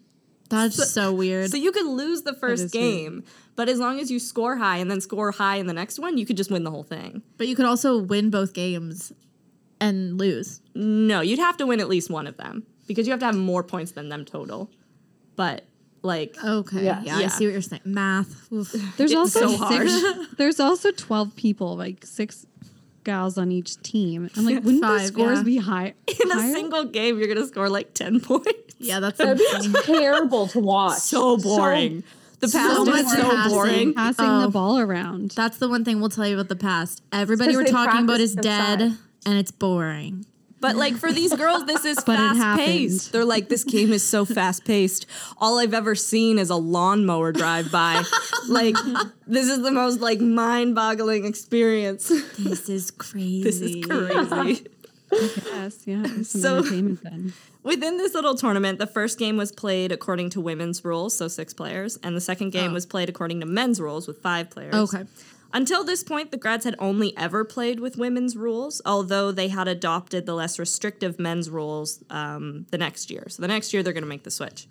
Speaker 2: That's so, weird.
Speaker 1: So you could lose the first
Speaker 3: is weird.
Speaker 1: game, but as long as you score high and then score high in the next one, you could just win the whole thing.
Speaker 2: But you could also win both games and lose.
Speaker 1: No, you'd have to win at least one of them because you have to have more points than them total. But Like,
Speaker 3: Uh,
Speaker 2: Okay.
Speaker 4: Yeah.
Speaker 2: Yeah, I
Speaker 1: Yeah.
Speaker 2: see what you're saying. Math. Oof.
Speaker 3: There's
Speaker 1: It's
Speaker 2: [LAUGHS]
Speaker 3: also
Speaker 1: so hard.
Speaker 3: six, [LAUGHS] there's also twelve people, like six gals on each team. I'm like, wouldn't the
Speaker 2: Five,
Speaker 3: scores
Speaker 2: yeah.
Speaker 3: be high?
Speaker 1: [LAUGHS] in a
Speaker 3: higher?
Speaker 1: single game, you're going to score like 10 [LAUGHS] points.
Speaker 2: Yeah, that's
Speaker 4: That'd be
Speaker 2: insane.
Speaker 4: terrible to watch.
Speaker 1: So boring. the past
Speaker 2: much
Speaker 1: is so
Speaker 2: passing.
Speaker 1: boring. um,
Speaker 3: passing
Speaker 2: Oh.
Speaker 3: the ball around.
Speaker 2: That's the one thing we'll tell you about the past. Everybody
Speaker 4: 'cause
Speaker 2: we're
Speaker 4: they
Speaker 2: talking about is
Speaker 4: practiced
Speaker 2: dead,
Speaker 4: outside.
Speaker 2: and it's boring.
Speaker 1: But like for these girls, this is
Speaker 3: But it
Speaker 1: fast paced.
Speaker 3: happened.
Speaker 1: They're like, this game is so fast paced. All I've ever seen is a lawnmower drive by. like this is the most like mind boggling experience. [LAUGHS]
Speaker 2: This is crazy.
Speaker 1: This is crazy.
Speaker 3: Yes,
Speaker 1: [LAUGHS]
Speaker 3: yeah. it was some
Speaker 1: So-
Speaker 3: entertainment then.
Speaker 1: Within this little tournament, the first game was played according to women's rules, so six players, and the second game was played according to men's rules with five players.
Speaker 2: Okay.
Speaker 1: Until this point, the grads had only ever played with women's rules, although they had adopted the less restrictive men's rules um, the next year. So the next year, they're going to make the switch.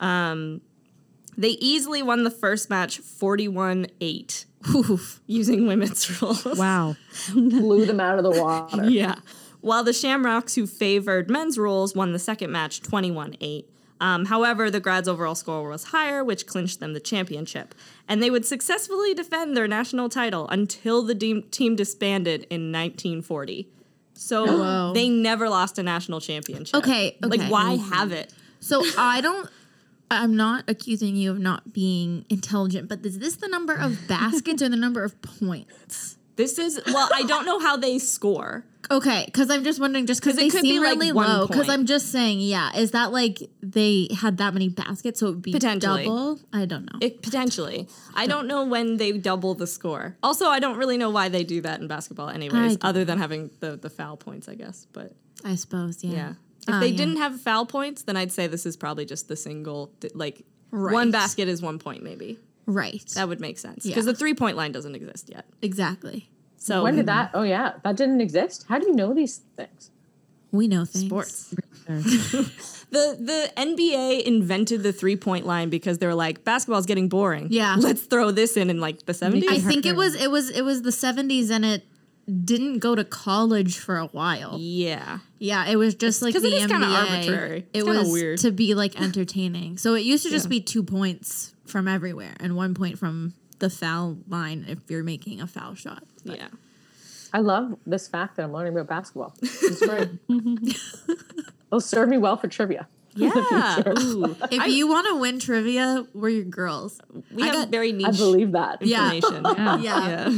Speaker 1: Um, they easily won the first match 41 [LAUGHS] 8
Speaker 2: Oof.
Speaker 1: using women's [LAUGHS] rules.
Speaker 3: Wow.
Speaker 4: Blew them out of the [LAUGHS] water.
Speaker 1: Yeah. While the Shamrocks, who favored men's rules, won the second match 21 8. Um, however, the grads' overall score was higher, which clinched them the championship. And they would successfully defend their national title until the de- team disbanded in 1940.
Speaker 2: [GASPS]
Speaker 1: So
Speaker 2: Whoa.
Speaker 1: they never lost a national championship.
Speaker 2: Okay, okay.
Speaker 1: Like, why have it?
Speaker 2: So I don't. I'm not accusing you of not being intelligent, but is this the number of baskets or the number of points?
Speaker 1: This is, well, I don't know how they score.
Speaker 2: Okay, because I'm just wondering, just because
Speaker 1: 'Cause it
Speaker 2: they
Speaker 1: could be,
Speaker 2: seem
Speaker 1: like,
Speaker 2: really
Speaker 1: one
Speaker 2: low. Because
Speaker 1: point.
Speaker 2: I'm just saying, yeah, is that like they had that many baskets, so it would be
Speaker 1: Potentially.
Speaker 2: double? I don't know.
Speaker 1: It, potentially. I don't know when they double the score. Also, I don't really know why they do that in basketball, anyways,
Speaker 2: I-
Speaker 1: other than having the, the foul points, I guess. But
Speaker 2: I suppose, yeah.
Speaker 1: yeah. If
Speaker 2: Oh,
Speaker 1: they
Speaker 2: yeah.
Speaker 1: didn't have foul points, then I'd say this is probably just the single, th- like, one
Speaker 2: Right.
Speaker 1: basket is one point, maybe.
Speaker 2: Right.
Speaker 1: That would make sense.
Speaker 2: Yeah.
Speaker 1: Because the three point line doesn't exist yet.
Speaker 2: exactly.
Speaker 1: So,
Speaker 4: When did that? Oh yeah, that didn't exist. How do you know these things?
Speaker 2: We know things.
Speaker 1: sports. The, the NBA invented the three point line because they were like, basketball's getting boring.
Speaker 2: Yeah.
Speaker 1: Let's throw this in in like the 70s.
Speaker 2: I think it was it was it was the 70s and it didn't go to college for a while.
Speaker 1: yeah.
Speaker 2: Yeah, it was just like
Speaker 1: 'cause
Speaker 2: the
Speaker 1: it is kinda
Speaker 2: NBA.
Speaker 1: arbitrary. It's
Speaker 2: it
Speaker 1: kinda
Speaker 2: was
Speaker 1: weird.
Speaker 2: to be like entertaining. So it used to just be two points from everywhere and one point from the foul line if you're making a foul shot. But-
Speaker 1: Yeah.
Speaker 4: I love this fact that I'm learning about basketball. It's great. It'll serve me well for trivia.
Speaker 1: Yeah. [LAUGHS]
Speaker 2: [LAUGHS]
Speaker 1: Ooh.
Speaker 2: If you want to win trivia, we're your girls.
Speaker 1: We
Speaker 2: I
Speaker 1: have
Speaker 2: got-
Speaker 1: very
Speaker 4: I
Speaker 1: niche
Speaker 4: believe that.
Speaker 2: Yeah.
Speaker 1: information. [LAUGHS]
Speaker 3: Yeah.
Speaker 2: Yeah.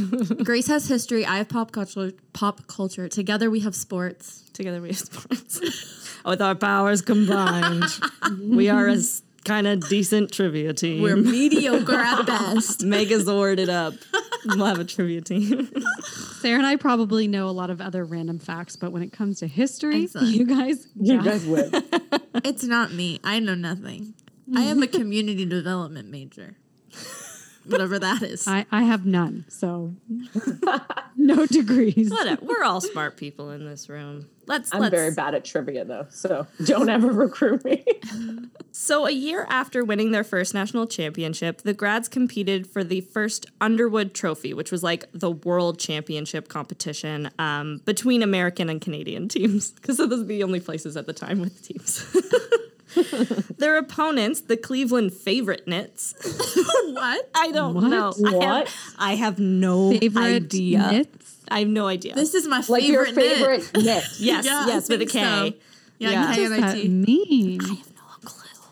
Speaker 2: Grace has history. I have pop culture. Pop culture. Together we have sports.
Speaker 1: Together we have sports. With our powers combined, we are a kind of decent trivia team. [LAUGHS]
Speaker 2: We're mediocre at best.
Speaker 1: Megazord it up. We'll have a trivia team.
Speaker 3: Sarah and I probably know a lot of other random facts, but when it comes to history,
Speaker 2: Excellent.
Speaker 3: you guys,
Speaker 4: [LAUGHS] You
Speaker 3: yeah.
Speaker 4: guys would.
Speaker 2: It's not me. I know nothing. I am a community development major. Whatever that is.
Speaker 3: I, I have none, so
Speaker 1: [LAUGHS]
Speaker 3: no degrees.
Speaker 1: Whatever. We're all smart people in this room. Let's.
Speaker 4: I'm
Speaker 1: let's
Speaker 4: very bad at trivia though, so don't ever [LAUGHS] recruit me.
Speaker 1: So a year after winning their first national championship, the grads competed for the first Underwood Trophy, which was like the world championship competition um, between American and Canadian teams, because those are the only places at the time with teams. [LAUGHS] their opponents, the Cleveland Favorite Knits.
Speaker 2: [LAUGHS] What?
Speaker 1: [LAUGHS] I don't
Speaker 3: What?
Speaker 1: know. I
Speaker 4: What?
Speaker 1: have, I have no
Speaker 3: Favorite
Speaker 1: idea.
Speaker 3: knits?
Speaker 1: I have no idea.
Speaker 2: This is my
Speaker 4: Like your
Speaker 2: favorite. knit.
Speaker 4: favorite knit.
Speaker 1: yes,
Speaker 2: Yeah, I
Speaker 1: yes, with a
Speaker 2: think
Speaker 1: K.
Speaker 2: so. Yeah,
Speaker 1: Yeah.
Speaker 3: What does that
Speaker 2: K-N-I-T.
Speaker 3: mean?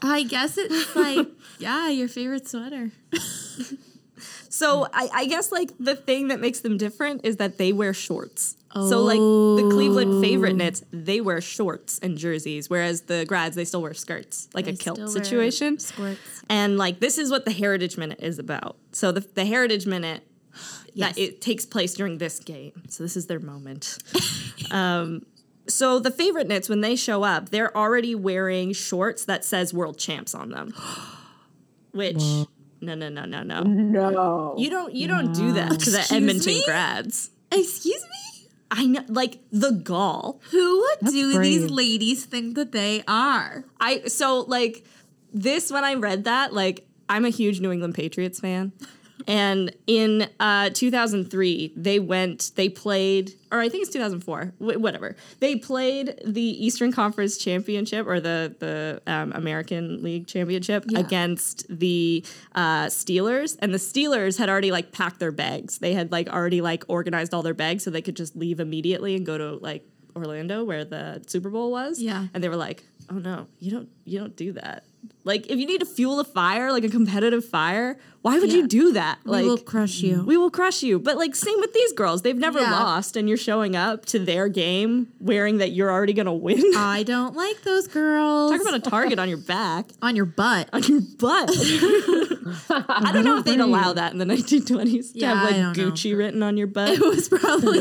Speaker 2: I guess it's like, yeah, your favorite sweater.
Speaker 1: So I, I guess like the thing that makes them different is that they wear shorts. So like the Cleveland favorite knits, they wear shorts and jerseys, whereas the grads they still wear skirts, like a
Speaker 2: They
Speaker 1: kilt
Speaker 2: still wear
Speaker 1: situation.
Speaker 2: Squirts.
Speaker 1: And like this is what the Heritage Minute is about. So the, the Heritage Minute
Speaker 2: [SIGHS]
Speaker 1: that it takes place during this game. So this is their moment. [LAUGHS] um, so the favorite knits when they show up, they're already wearing shorts that says World Champs on them. [GASPS] Which no no no no no.
Speaker 4: No.
Speaker 1: You don't you don't do that to the
Speaker 2: Excuse
Speaker 1: Edmonton
Speaker 2: me?
Speaker 1: grads.
Speaker 2: Excuse me?
Speaker 1: I know like the gall.
Speaker 2: Who do these
Speaker 3: brave.
Speaker 2: ladies think that they are?
Speaker 1: I so like this when I read that, like I'm a huge New England Patriots fan. And in uh, 2003, they went, they played, or I think it's 2004, wh- whatever. They played the Eastern Conference Championship or the, the um, American League Championship against the uh, Steelers. And the Steelers had already like packed their bags. They had like already like organized all their bags so they could just leave immediately and go to like Orlando where the Super Bowl was.
Speaker 2: Yeah.
Speaker 1: And they were like, "Oh no, you don't you don't do that." Like if you need to fuel a fire, like a competitive fire, why would you do that? Like
Speaker 2: we will crush you.
Speaker 1: we will crush you. But like same with these girls. They've never
Speaker 2: Yeah.
Speaker 1: lost and you're showing up to their game wearing that you're already going to
Speaker 2: [LAUGHS]
Speaker 1: win. [LAUGHS]
Speaker 2: I don't like those girls.
Speaker 1: Talk about a target on your back, [LAUGHS]
Speaker 2: on your butt. [LAUGHS]
Speaker 1: on your butt. I don't know if they'd allow that in the 1920s to
Speaker 2: Yeah,
Speaker 1: have
Speaker 2: I
Speaker 1: like
Speaker 2: don't know.
Speaker 1: Gucci written on your butt.
Speaker 2: [LAUGHS] It
Speaker 1: [LAUGHS]
Speaker 2: was probably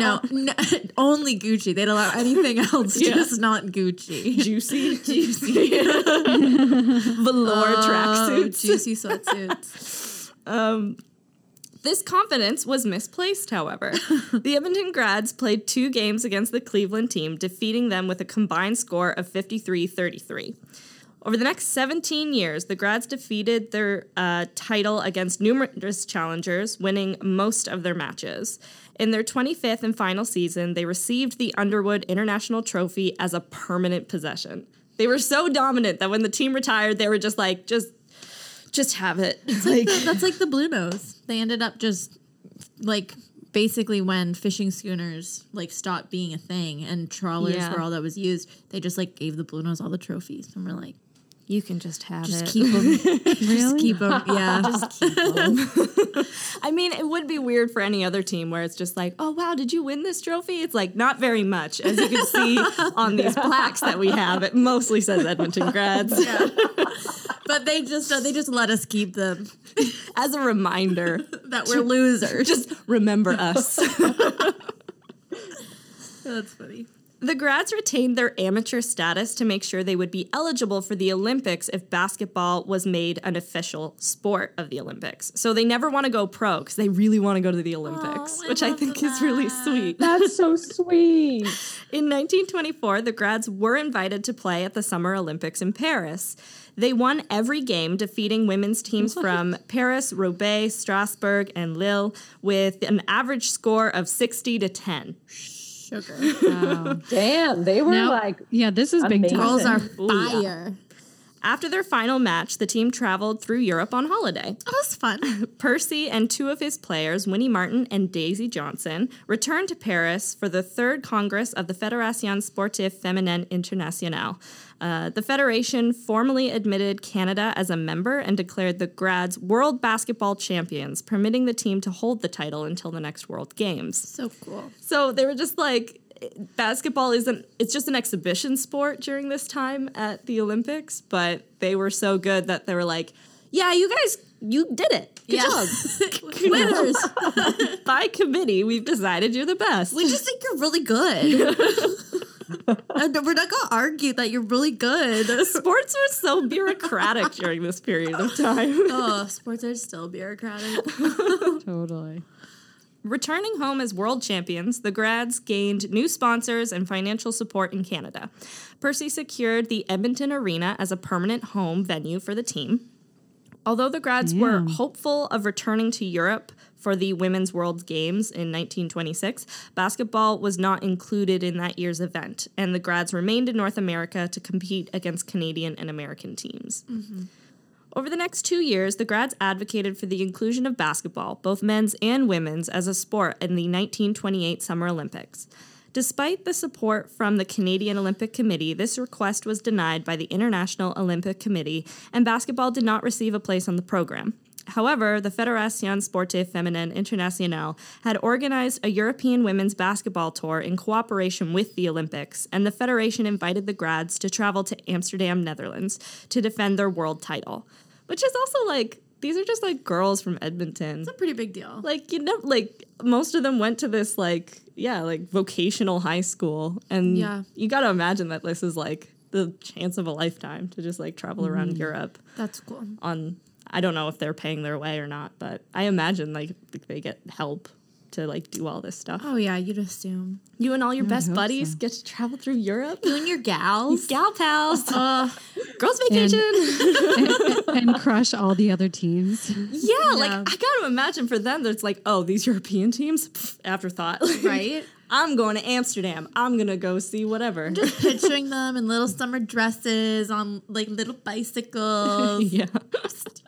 Speaker 2: no, no, [LAUGHS] only Gucci. They'd allow anything else, just not Gucci.
Speaker 1: Juicy, juicy, [LAUGHS] velour
Speaker 2: Oh,
Speaker 1: [LAUGHS] tracksuits. [LAUGHS]
Speaker 2: juicy sweatsuits.
Speaker 1: This confidence was misplaced,
Speaker 2: [LAUGHS]
Speaker 1: however. the Edmonton grads played two games against the Cleveland team, defeating them with a combined score of 53 33. Over the next 17 years, the grads defeated their uh, title against numerous challengers, winning most of their matches. In their 25th and final season, they received the Underwood International Trophy as a permanent possession. They were so dominant that when the team retired, they were just like, just, just have it. like,
Speaker 2: That's like the Blue Nose. They ended up just like basically when fishing schooners like stopped being a thing and trawlers
Speaker 1: Yeah.
Speaker 2: were all that was used. They just like gave the Blue Nose all the trophies and we're like,
Speaker 1: [LAUGHS] you can just have
Speaker 2: just
Speaker 1: [LAUGHS]
Speaker 2: keep them, just keep them, yeah.
Speaker 1: I mean, it would be weird for any other team where it's just like, oh, wow, did you win this trophy? It's like, not very much, as you can
Speaker 2: [LAUGHS]
Speaker 1: see on these plaques that we have. It mostly says Edmonton grads
Speaker 2: but they just they just let us keep them.
Speaker 1: as a reminder.
Speaker 2: That we're losers.
Speaker 1: Just remember us. [LAUGHS]
Speaker 2: That's funny.
Speaker 1: The grads retained their amateur status to make sure they would be eligible for the Olympics if basketball was made an official sport of the Olympics. So they never want to go pro because they really want to go to the Olympics,
Speaker 2: Oh, I
Speaker 1: which I
Speaker 2: love
Speaker 1: think is really sweet.
Speaker 4: That's so sweet.
Speaker 1: In 1924, the grads were invited to play at the Summer Olympics in Paris. They won every game, defeating women's teams from Paris, Roubaix, Strasbourg, and Lille with an average score of 60 to 10.
Speaker 2: Sugar. [LAUGHS]
Speaker 4: Damn, they were
Speaker 3: Now-
Speaker 4: like
Speaker 3: yeah, this is big
Speaker 4: Amazing.
Speaker 3: time.
Speaker 2: Girls are
Speaker 1: yeah.
Speaker 2: fire.
Speaker 1: After their final match, the team traveled through Europe on holiday.
Speaker 2: That was fun.
Speaker 1: Percy and two of his players, Winnie Martin and Daisy Johnson, returned to Paris for the third Congress of the Fédération Sportive Féminine Internationale. Uh, the Federation formally admitted Canada as a member and declared the grads world basketball champions, permitting the team to hold the title until the next World Games.
Speaker 2: So cool.
Speaker 1: So they were just like, basketball isn't, it's just an exhibition sport during this time at the Olympics, but they were so good that they were like, yeah, you guys, you did it. Good
Speaker 2: [LAUGHS]
Speaker 1: job.
Speaker 2: Winners.
Speaker 1: By committee, we've decided you're the best.
Speaker 2: [LAUGHS] We just think you're really good. [LAUGHS] and we're not gonna argue that you're really good. [LAUGHS]
Speaker 1: Sports were so bureaucratic during this period of time.
Speaker 2: Oh, sports are still bureaucratic.
Speaker 3: Totally.
Speaker 1: Returning home as world champions, the grads gained new sponsors and financial support in Canada. Percy secured the Edmonton Arena as a permanent home venue for the team. Although the grads were hopeful of returning to Europe for the Women's World Games in 1926, basketball was not included in that year's event, and the grads remained in North America to compete against Canadian and American teams. Over the next two years, the grads advocated for the inclusion of basketball, both men's and women's, as a sport in the 1928 Summer Olympics. Despite the support from the Canadian Olympic Committee, this request was denied by the International Olympic Committee, and basketball did not receive a place on the program. However, the Fédération Sportive Féminine Internationale had organized a European women's basketball tour in cooperation with the Olympics, and the Federation invited the grads to travel to Amsterdam, Netherlands, to defend their world title. Which is also like, these are just like girls from Edmonton.
Speaker 2: Pretty big deal.
Speaker 1: Like, you know, like most of them went to this, like, yeah, like vocational high school. And
Speaker 2: Yeah.
Speaker 1: you got to imagine that this is like the chance of a lifetime to just like travel around Europe
Speaker 2: That's cool.
Speaker 1: on I don't know if they're paying their way or not, but I imagine like they get help to like do all this stuff.
Speaker 2: Oh yeah, you'd assume.
Speaker 1: You and all your best
Speaker 3: hope
Speaker 1: buddies
Speaker 3: so.
Speaker 1: get to travel through Europe. [LAUGHS]
Speaker 2: You and your [LAUGHS] gals.
Speaker 1: Gal [LAUGHS] pals,
Speaker 2: Ugh.
Speaker 1: girls vacation. [LAUGHS]
Speaker 3: and crush all the other teams.
Speaker 1: yeah, like
Speaker 2: Yeah.
Speaker 1: I gotta imagine for them, that it's like, oh, these European teams, pff, afterthought, [LAUGHS] Like,
Speaker 2: Right?
Speaker 1: I'm going to Amsterdam. I'm gonna go see whatever. [LAUGHS]
Speaker 2: picturing them in little summer dresses on like little [LAUGHS] bicycles,
Speaker 1: yeah,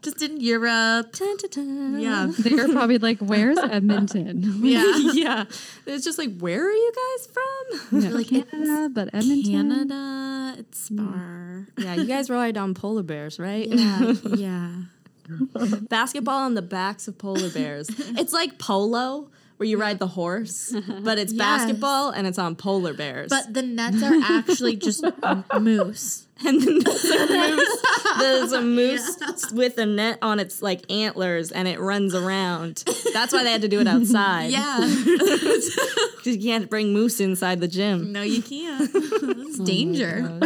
Speaker 2: just in Europe. Yeah. [LAUGHS]
Speaker 3: They're probably like, "Where's Edmonton?"
Speaker 2: Yeah.
Speaker 1: yeah. It's just like, where are you guys from?
Speaker 3: They're like Canada, but Edmonton.
Speaker 2: Canada, it's
Speaker 1: Hmm.
Speaker 2: far.
Speaker 1: [LAUGHS] Yeah, you guys ride on polar bears, right?
Speaker 2: [LAUGHS] Yeah, yeah.
Speaker 1: Basketball on the backs of polar
Speaker 2: [LAUGHS]
Speaker 1: bears. it's like polo, where you ride the horse, but it's
Speaker 2: Yes.
Speaker 1: basketball and it's on polar bears.
Speaker 2: But the nets are actually just m- moose.
Speaker 1: [LAUGHS] and then there's
Speaker 2: [LAUGHS]
Speaker 1: a moose, there's a moose with a net on its like antlers, and it runs around. That's why they had to do it outside.
Speaker 2: Yeah.
Speaker 1: 'Cause you can't bring moose inside the gym.
Speaker 2: [LAUGHS] No,
Speaker 1: [LAUGHS]
Speaker 2: you can't.
Speaker 1: Oh
Speaker 2: It's danger.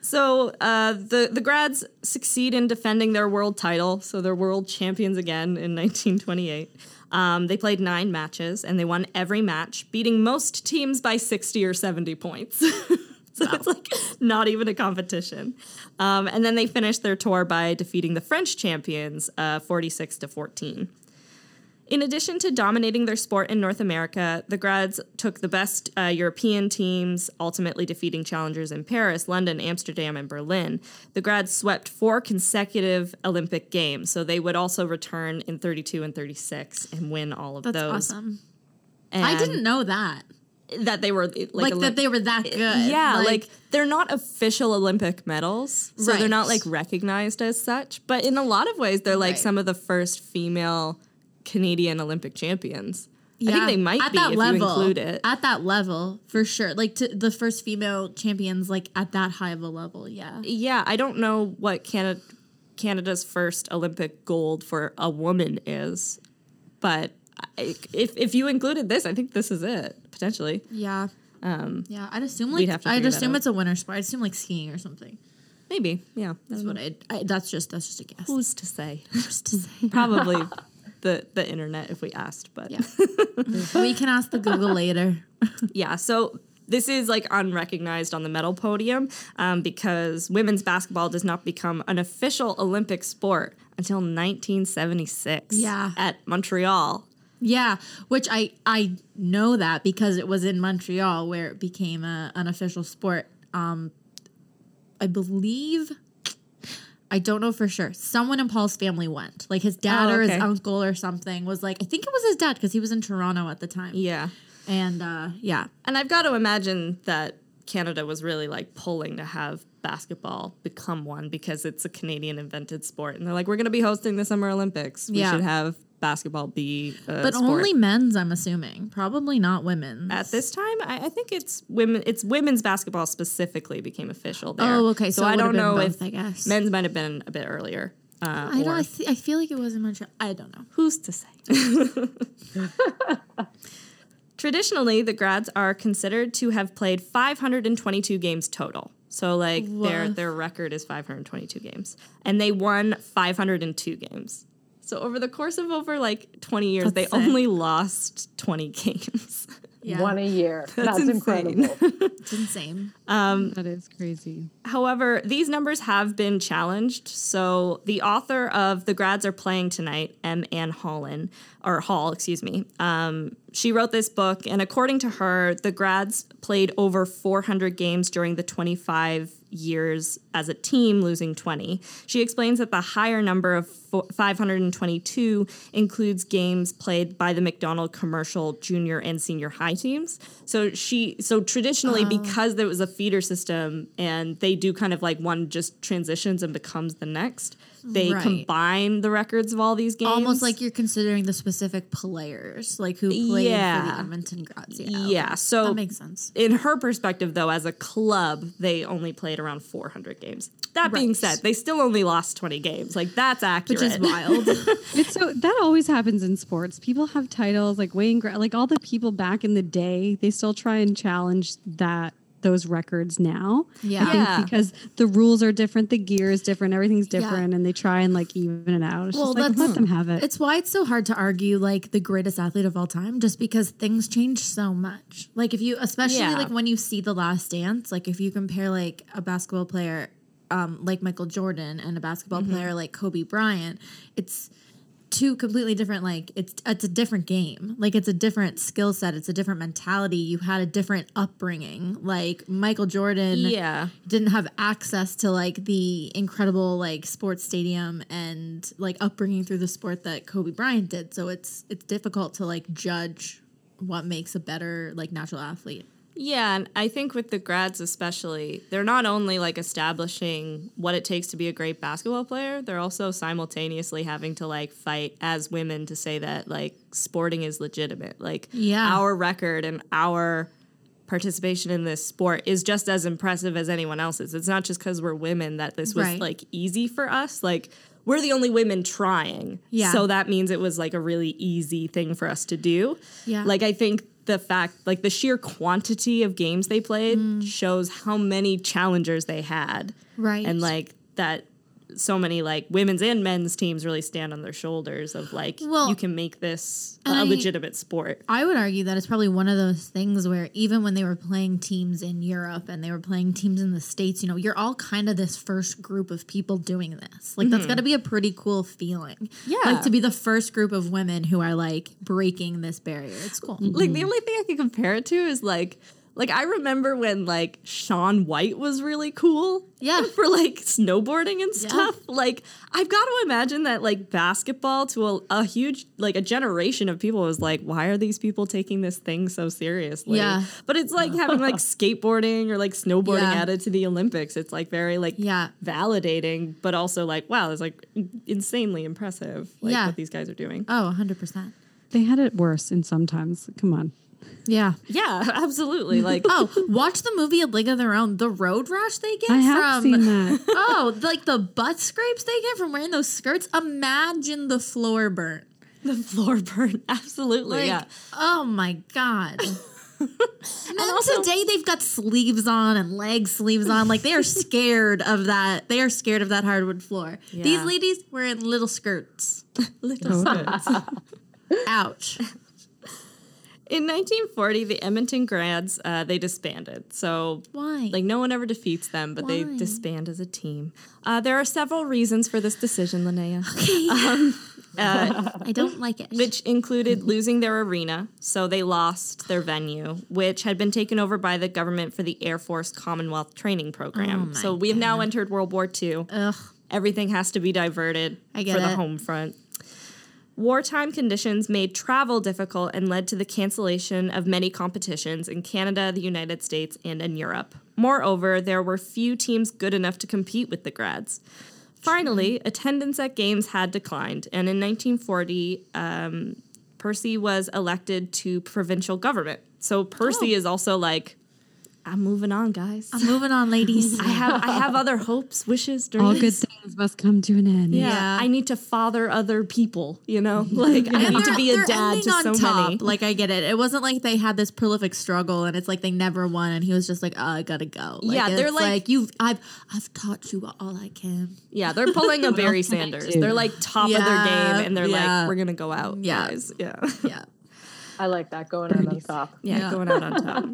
Speaker 1: So uh, the the grads succeed in defending their world title, so they're world champions again in [LAUGHS] 1928. Um, they played nine matches and they won every match, beating most teams by 60 or 70 points. [LAUGHS] so it's like not even a competition. Um, and then they finished their tour by defeating the French champions, uh, 46 to 14. In addition to dominating their sport in North America, the grads took the best uh, European teams, ultimately defeating challengers in Paris, London, Amsterdam, and Berlin. The grads swept four consecutive Olympic Games, so they would also return in 32 and 36 and win all of
Speaker 2: That's
Speaker 1: those.
Speaker 2: awesome.
Speaker 1: And
Speaker 2: I didn't know that.
Speaker 1: that they were like,
Speaker 2: Like,
Speaker 1: Olymp-
Speaker 2: that they were that good.
Speaker 1: yeah, like, they're not official Olympic medals, so they're
Speaker 2: Right.
Speaker 1: not like recognized as such. But in a lot of ways, they're like
Speaker 2: Right.
Speaker 1: some of the first female Canadian Olympic champions. I
Speaker 2: Yeah,
Speaker 1: think they might be if you include it.
Speaker 2: At that level, for sure. Like to the first female champions, like at that high of a level, yeah.
Speaker 1: yeah, I don't know what Canada Canada's first Olympic gold for a woman is, but I, if if you included this, I think this is it potentially.
Speaker 2: Yeah.
Speaker 1: Um,
Speaker 2: Yeah. I'd assume
Speaker 1: We'd
Speaker 2: like
Speaker 1: have to
Speaker 2: I'd
Speaker 1: figure that
Speaker 2: assume
Speaker 1: out.
Speaker 2: it's a winter sport. I'd assume like skiing or something.
Speaker 1: maybe, yeah.
Speaker 2: That's what I, I that's just that's just a guess.
Speaker 1: Who's to say?
Speaker 2: [LAUGHS] Just to say. [LAUGHS]
Speaker 1: Probably the the internet if we asked, but.
Speaker 2: Yeah. we can ask the
Speaker 1: [LAUGHS]
Speaker 2: Google later.
Speaker 1: Yeah, so this is like unrecognized on the medal podium um, because women's basketball does not become an official Olympic sport until 1976
Speaker 2: Yeah.
Speaker 1: at Montreal.
Speaker 2: Yeah, which I I know that because it was in Montreal where it became a, an official sport. Um, I believe I don't know for sure. Someone in Paul's family went, like his dad
Speaker 1: Oh,
Speaker 2: or his
Speaker 1: okay.
Speaker 2: uncle or something, was like I think it was his dad because he was in Toronto at the time.
Speaker 1: Yeah.
Speaker 2: and uh, yeah,
Speaker 1: And I've got to imagine that Canada was really like pulling to have basketball become one because it's a Canadian invented sport. And they're like, we're going to be hosting the Summer Olympics. We
Speaker 2: Yeah.
Speaker 1: should have basketball be a
Speaker 2: but
Speaker 1: sport.
Speaker 2: only men's. I'm assuming probably not women's.
Speaker 1: at this time. I, I think it's women. It's women's basketball specifically became official there.
Speaker 2: Oh, okay. So,
Speaker 1: I don't know
Speaker 2: both,
Speaker 1: if
Speaker 2: I guess
Speaker 1: men's might have been a bit earlier. Uh,
Speaker 2: I don't.
Speaker 1: or-
Speaker 2: I, th- I feel like it was in Montreal. I don't know.
Speaker 1: Who's to
Speaker 2: [LAUGHS]
Speaker 1: say? [LAUGHS] Traditionally, the grads are considered to have played 522 games total. So, like their
Speaker 2: Woof.
Speaker 1: their record is 522 games, and they won 502 games. So, over the course of over like 20 years,
Speaker 2: That's
Speaker 1: they
Speaker 2: sick.
Speaker 1: only lost 20 [LAUGHS] games.
Speaker 2: Yeah,
Speaker 4: One a year. That's,
Speaker 1: insane.
Speaker 4: incredible.
Speaker 2: it's insane.
Speaker 3: Um, that is crazy.
Speaker 1: However, these numbers have been challenged. So the author of The Grads Are Playing Tonight, M. Ann Holland, or Hall, excuse me, um, she wrote this book, and according to her, the grads played over 400 games during the 25 years as a team, losing 20. She explains that the higher number of fo- 522 includes games played by the McDonald commercial junior and senior high teams. So she, so traditionally,
Speaker 2: Oh.
Speaker 1: because there was a feeder system and they do kind of like one just transitions and becomes the next, they
Speaker 2: Right.
Speaker 1: combine the records of all these games.
Speaker 2: Almost like you're considering the specific players, like who played for
Speaker 1: Yeah.
Speaker 2: the Edmonton Grads. Yeah, okay.
Speaker 1: yeah. So
Speaker 2: that makes sense.
Speaker 1: in her perspective, though, as a club, they only played around 400 games. That being
Speaker 2: Right.
Speaker 1: said, they still only lost 20 games. Like that's accurate.
Speaker 2: Which is
Speaker 1: [LAUGHS]
Speaker 2: wild.
Speaker 3: It's so that always happens in sports. People have titles like Wayne, Gra- like all the people back in the day. They still try and challenge that those records now.
Speaker 2: Yeah.
Speaker 3: I think
Speaker 1: Yeah.
Speaker 3: because the rules are different, the gear is different, everything's different, and they try and like even it out. It's
Speaker 2: Well,
Speaker 3: just like
Speaker 2: that's-
Speaker 3: let them have it.
Speaker 2: It's why it's so hard to argue like the greatest athlete of all time, just because things change so much. Like if you, especially
Speaker 1: Yeah.
Speaker 2: like when you see The Last Dance, like if you compare like a basketball player, um, like Michael Jordan and a basketball
Speaker 3: Mm-hmm.
Speaker 2: player like Kobe Bryant, it's two completely different. Like it's it's a different game. Like it's a different skill set. It's a different mentality. You had a different upbringing. Like Michael Jordan,
Speaker 1: Yeah.
Speaker 2: didn't have access to like the incredible like sports stadium and like upbringing through the sport that Kobe Bryant did. So it's it's difficult to like judge what makes a better like natural athlete.
Speaker 1: Yeah, and I think with the grads especially, they're not only like establishing what it takes to be a great basketball player, they're also simultaneously having to like fight as women to say that like sporting is legitimate. Like
Speaker 2: Yeah.
Speaker 1: our record and our participation in this sport is just as impressive as anyone else's. It's not just cuz we're women that this was
Speaker 2: Right.
Speaker 1: like easy for us. Like we're the only women trying.
Speaker 2: Yeah.
Speaker 1: So that means it was like a really easy thing for us to do.
Speaker 2: Yeah.
Speaker 1: Like I think the fact like the sheer quantity of games they played
Speaker 2: Mm.
Speaker 1: shows how many challengers they had.
Speaker 2: Right.
Speaker 1: And like that so many like women's and men's teams really stand on their shoulders of like
Speaker 2: Well,
Speaker 1: you can make this a
Speaker 2: and I-
Speaker 1: legitimate sport.
Speaker 2: I would argue that it's probably one of those things where even when they were playing teams in Europe and they were playing teams in the States, you know, you're all kind of this first group of people doing this. Like,
Speaker 1: Mm-hmm.
Speaker 2: that's got to be a pretty cool feeling. Yeah. Like, to be the first group of women who are like breaking this barrier. It's cool.
Speaker 1: Like the only thing I can compare it to is like like I remember when like Sean White was really cool.
Speaker 2: Yeah.
Speaker 1: [LAUGHS] For like snowboarding and stuff. Like I've got to imagine that like basketball to a, a huge like a generation of people was like, why are these people taking this thing so seriously?
Speaker 2: Yeah.
Speaker 1: But it's like having
Speaker 2: [LAUGHS]
Speaker 1: like skateboarding or like snowboarding
Speaker 2: Yeah.
Speaker 1: added to the Olympics. It's like very like
Speaker 2: Yeah.
Speaker 1: validating, but also like wow, it's like insanely impressive like
Speaker 2: Yeah.
Speaker 1: what these guys are doing.
Speaker 2: Oh, 100%.
Speaker 3: they had it worse in sometimes. Come on.
Speaker 2: Yeah. [LAUGHS]
Speaker 1: Yeah, absolutely. [LAUGHS] Like
Speaker 2: Oh, watch the movie A League of Their Own. The road rash they get
Speaker 3: I
Speaker 2: from.
Speaker 3: have seen that.
Speaker 2: Oh, like the butt scrapes they get from wearing those skirts. Imagine the floor burn.
Speaker 1: The floor burn. [LAUGHS] Absolutely.
Speaker 2: Like,
Speaker 1: yeah.
Speaker 2: oh my
Speaker 1: [LAUGHS]
Speaker 2: god. And today they've got sleeves on and leg sleeves on. Like they are scared of that. They are scared of that hardwood floor. These
Speaker 1: Yeah.
Speaker 2: ladies were in little skirts.
Speaker 1: Little [LAUGHS]
Speaker 2: Ouch.
Speaker 1: In 1940, the Edmonton grads uh, they disbanded. So
Speaker 2: Why?
Speaker 1: Like no one ever defeats them, but they disband as a team. Uh, there are several reasons for this decision, Linnea,
Speaker 2: I don't like it.
Speaker 1: which included losing their arena. So they lost their venue, which had been taken over by the government for the Air Force Commonwealth Training Program. so we have now entered World War II.
Speaker 2: Oh, Ugh.
Speaker 1: Everything has to be diverted
Speaker 2: I get
Speaker 1: for the
Speaker 2: it.
Speaker 1: home front. Wartime conditions made travel difficult and led to the cancellation of many competitions in Canada, the United States, and in Europe. Moreover, there were few teams good enough to compete with the grads. Finally, attendance at games had declined, and in 1940, Percy was elected to provincial government. So Percy is also like, I'm moving on, guys.
Speaker 2: I'm moving on, ladies.
Speaker 1: [LAUGHS] I have I have other hopes, wishes, dreams.
Speaker 3: All good things must come to an end.
Speaker 1: Yeah.
Speaker 2: Yeah.
Speaker 1: I need to father other people, you
Speaker 2: [LAUGHS]
Speaker 1: know? Like, I
Speaker 2: And
Speaker 1: need to
Speaker 2: they're-
Speaker 1: be a
Speaker 2: they're
Speaker 1: dad to
Speaker 2: ending
Speaker 1: so many.
Speaker 2: Like I get it. It wasn't like they had this prolific struggle, and it's like they never won, and he was just like, oh, "I gotta go." Like,
Speaker 1: Yeah, they're
Speaker 2: it's
Speaker 1: like-
Speaker 2: "You've, I've, I've taught you all I can."
Speaker 1: [LAUGHS] Yeah, they're pulling a
Speaker 2: [LAUGHS]
Speaker 1: Barry Sanders. They're like top of their
Speaker 2: Yeah,
Speaker 1: game, and they're
Speaker 2: yeah.
Speaker 1: like, we're going to go out,
Speaker 2: Yeah.
Speaker 1: guys. Yeah.
Speaker 2: Yeah.
Speaker 4: I like that going out on top.
Speaker 1: [LAUGHS] Yeah,
Speaker 2: Yeah.
Speaker 1: going out on top.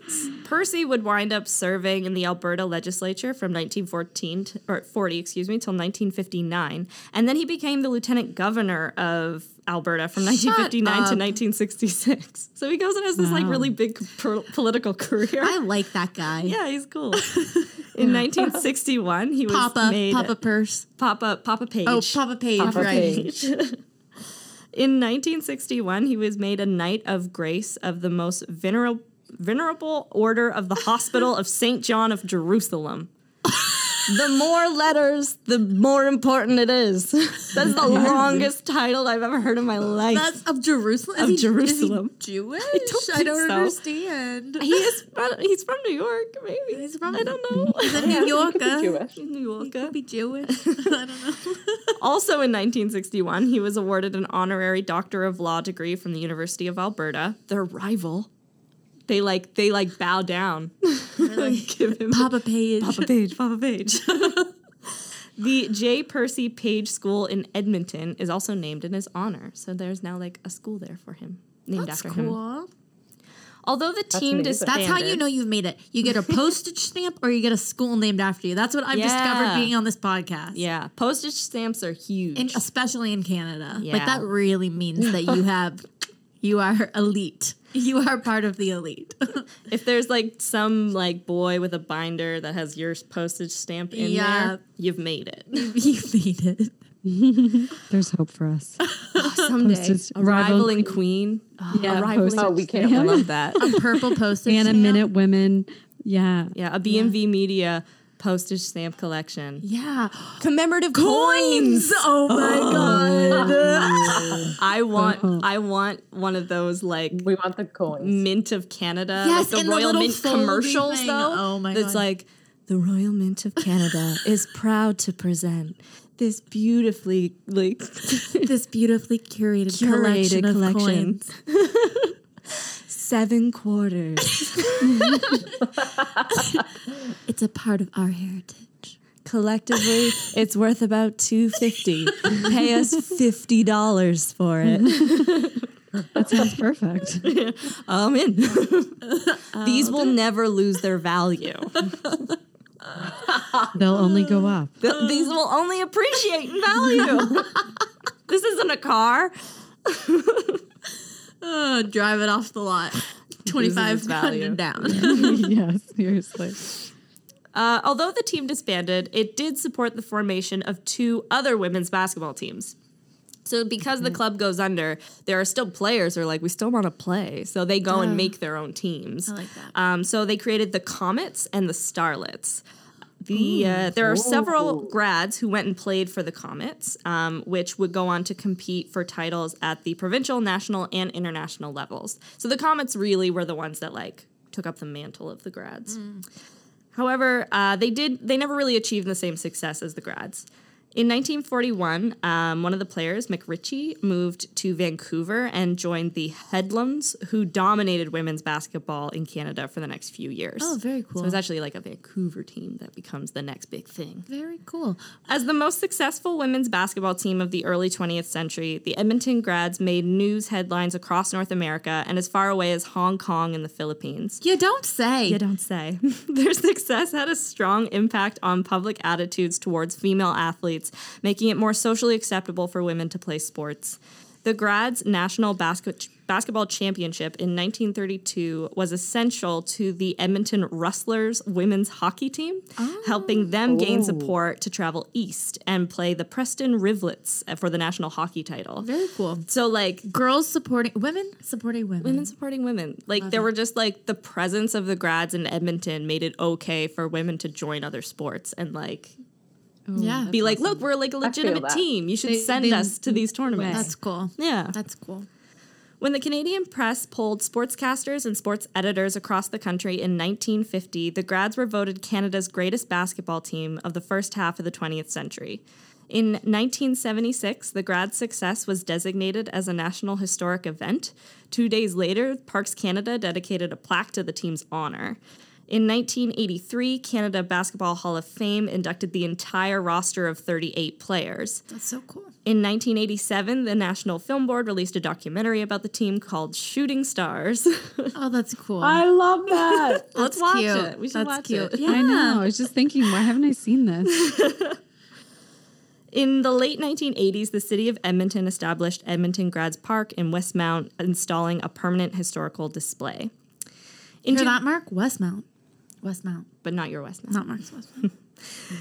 Speaker 2: [LAUGHS]
Speaker 1: Percy would wind up serving in the Alberta legislature from 1914 to, or 40, excuse me, till 1959, and then he became the lieutenant governor of Alberta from 1959 to
Speaker 2: up.
Speaker 1: 1966. So he goes and has this like really big pro- political [LAUGHS] career.
Speaker 2: [LAUGHS] I like that guy.
Speaker 1: yeah, he's cool. [LAUGHS] In 1961, he was
Speaker 2: Papa,
Speaker 1: made
Speaker 2: Papa Purse.
Speaker 1: Papa Papa Page.
Speaker 2: Oh, Papa Page. right.
Speaker 1: In 1961, he was made a Knight of Grace of the most venerable venerable order of the Hospital of St. John of Jerusalem. the more letters, the more important it is. That's [LAUGHS] the longest title I've ever heard in my life.
Speaker 2: That's of Jerusalem. Is
Speaker 1: Of
Speaker 2: he, is he
Speaker 1: Jerusalem. [LAUGHS]
Speaker 2: Jewish? I
Speaker 1: don't
Speaker 2: don't,
Speaker 1: think so.
Speaker 2: understand.
Speaker 1: he is from, he's from New York, maybe.
Speaker 2: He's from-
Speaker 1: I don't know. [LAUGHS]
Speaker 2: He's a New Yorker.
Speaker 4: Jewish.
Speaker 1: New York.
Speaker 2: Could be Jewish. [LAUGHS] I don't know.
Speaker 1: Also in 1961, he was awarded an honorary Doctor of Law degree from the University of Alberta, their rival.
Speaker 7: They like they like bow down. [LAUGHS] Give him
Speaker 1: Papa Page.
Speaker 7: Papa Page, Papa Page. the J. Percy Page School in Edmonton is also named in his honor. So there's now like a school there for him, named
Speaker 2: That's
Speaker 7: after him.
Speaker 2: cool.
Speaker 7: Although the team
Speaker 4: amazing.
Speaker 7: disbanded.
Speaker 2: That's how you know you've made it. You [LAUGHS] get a postage stamp or you get a school named after you. That's what I've
Speaker 7: Yeah.
Speaker 2: discovered being on this podcast.
Speaker 7: Yeah, postage stamps are huge.
Speaker 2: In, especially in Canada.
Speaker 7: Yeah.
Speaker 2: Like that really means that [LAUGHS] you have you are elite. You are part of the elite. [LAUGHS]
Speaker 7: if there's like some like boy with a binder that has your postage stamp in
Speaker 2: Yeah.
Speaker 7: there, you've made it.
Speaker 2: you made it.
Speaker 3: There's hope for
Speaker 7: [LAUGHS]
Speaker 3: us.
Speaker 7: Someday,
Speaker 3: Postage-
Speaker 7: a
Speaker 3: rival
Speaker 7: rivaling queen. Oh,
Speaker 2: Yeah, Oh.
Speaker 7: a rivaling.
Speaker 4: Oh, we can't
Speaker 7: I
Speaker 4: wait.
Speaker 2: [LAUGHS]
Speaker 7: love that.
Speaker 2: Purple postage
Speaker 3: And a
Speaker 2: stamp.
Speaker 3: minute women.
Speaker 7: [LAUGHS]
Speaker 3: Yeah.
Speaker 7: Yeah, a BMV Media postage stamp collection.
Speaker 2: Yeah.
Speaker 7: Commemorative
Speaker 2: Coins. Oh my god. [LAUGHS]
Speaker 7: I want
Speaker 2: Uh-huh.
Speaker 3: Oh.
Speaker 7: I want one of those like
Speaker 4: We want the coins.
Speaker 1: Mm.
Speaker 7: Mint of Canada.
Speaker 2: Yes,
Speaker 7: like the
Speaker 2: and the
Speaker 7: Royal
Speaker 2: little
Speaker 7: Mint
Speaker 2: folding
Speaker 7: commercials
Speaker 2: thing.
Speaker 7: though.
Speaker 2: Oh my
Speaker 7: That's
Speaker 2: God.
Speaker 7: like the Royal Mint
Speaker 2: [LAUGHS]
Speaker 7: of Canada is proud to present this beautifully like [LAUGHS]
Speaker 2: this beautifully curated,
Speaker 7: curated
Speaker 2: collection of
Speaker 7: collection.
Speaker 2: coins.
Speaker 7: [LAUGHS] Seven quarters
Speaker 2: It's a part of our heritage.
Speaker 7: collectively, it's worth about
Speaker 2: [LAUGHS]
Speaker 7: two fifty. Pay us fifty dollars for it.
Speaker 3: That sounds
Speaker 7: [LAUGHS]
Speaker 3: perfect.
Speaker 7: I'm [LAUGHS] in. These will never lose their [LAUGHS] value.
Speaker 3: They'll only go
Speaker 7: [LAUGHS]
Speaker 3: up.
Speaker 7: Th- these will only appreciate [LAUGHS] in value. this isn't a car.
Speaker 2: Oh, drive it off the lot. Twenty five
Speaker 7: its value.
Speaker 2: hundred down.
Speaker 3: [LAUGHS] yes, seriously.
Speaker 7: Uh, although the team disbanded, it did support the formation of two other women's basketball teams. So because
Speaker 2: Mm-hmm.
Speaker 7: the club goes under, there are still players who are like, we still want to play. So they go and make their own teams.
Speaker 2: I like that.
Speaker 7: Um, so they created the Comets and the Starlets. The
Speaker 2: Mm.
Speaker 7: uh, there are several grads who went and played for the Comets, um, which would go on to compete for titles at the provincial, national, and international levels. So the Comets really were the ones that like took up the mantle of the grads. However, uh, they did they never really achieved the same success as the grads. In 1941, um, one of the players, McRitchie, moved to Vancouver and joined the Headlands, who dominated women's basketball in Canada for the next few years.
Speaker 2: Oh, very
Speaker 7: So it
Speaker 2: cool.
Speaker 7: was actually like a Vancouver team that becomes the next big thing.
Speaker 2: Very cool.
Speaker 7: As the most successful women's basketball team of the early 20th century, the Edmonton grads made news headlines across North America and as far away as Hong Kong and the Philippines.
Speaker 2: You don't say.
Speaker 7: You don't say. [LAUGHS] Their success had a strong impact on public attitudes towards female athletes, making it more socially acceptable for women to play sports. The Grad's National Basket- Basketball Championship in 1932 was essential to the Edmonton Rustlers women's hockey team, helping them gain support to travel east and play the Preston Rivlets eh, for the national hockey title.
Speaker 2: Very cool.
Speaker 7: So, like,
Speaker 2: Girls supporting women supporting women.
Speaker 7: women supporting women. Like there were just like the presence of the grads in Edmonton made it okay for women to join other sports and like
Speaker 2: yeah.
Speaker 7: be like, look, we're like a legitimate
Speaker 4: that.
Speaker 7: team. You should
Speaker 3: They-
Speaker 7: send
Speaker 3: they-
Speaker 7: us to these tournaments.
Speaker 2: That's cool.
Speaker 7: yeah.
Speaker 2: That's cool.
Speaker 7: When the Canadian press polled sportscasters and sports editors across the country in 1950, the grads were voted Canada's greatest basketball team of the first half of the 20th century. In 1976, the grad's success was designated as a National Historic Event. Two days later, Parks Canada dedicated a plaque to the team's honor. In 1983, Canada Basketball Hall of Fame inducted the entire roster of 38 players.
Speaker 2: That's so cool.
Speaker 7: In 1987, the National Film Board released a documentary about the team called Shooting Stars. [LAUGHS]
Speaker 2: Oh, that's cool.
Speaker 4: I love that.
Speaker 7: Let's
Speaker 2: That's
Speaker 7: watch
Speaker 2: cute.
Speaker 7: it. We should
Speaker 2: That's
Speaker 7: watch
Speaker 2: cute.
Speaker 7: it. [LAUGHS]
Speaker 2: Yeah.
Speaker 3: I know. I was just thinking, why haven't I seen this?
Speaker 7: In the late 1980s, the city of Edmonton established Edmonton Grads Park in Westmount, installing a permanent historical display. In
Speaker 2: Hear
Speaker 7: two-
Speaker 2: that, Mark? Westmount. Westmount.
Speaker 7: but not your Westmount.
Speaker 2: Not Mark's Westmount.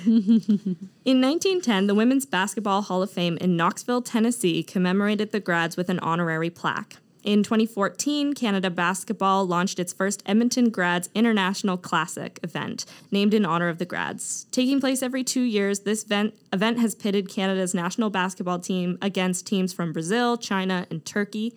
Speaker 7: In 1910, the Women's Basketball Hall of Fame in Knoxville, Tennessee commemorated the grads with an honorary plaque. In 2014, Canada Basketball launched its first Edmonton Grads International Classic event, named in honor of the grads. Taking place every two years, this event, event has pitted Canada's national basketball team against teams from Brazil, China, and Turkey.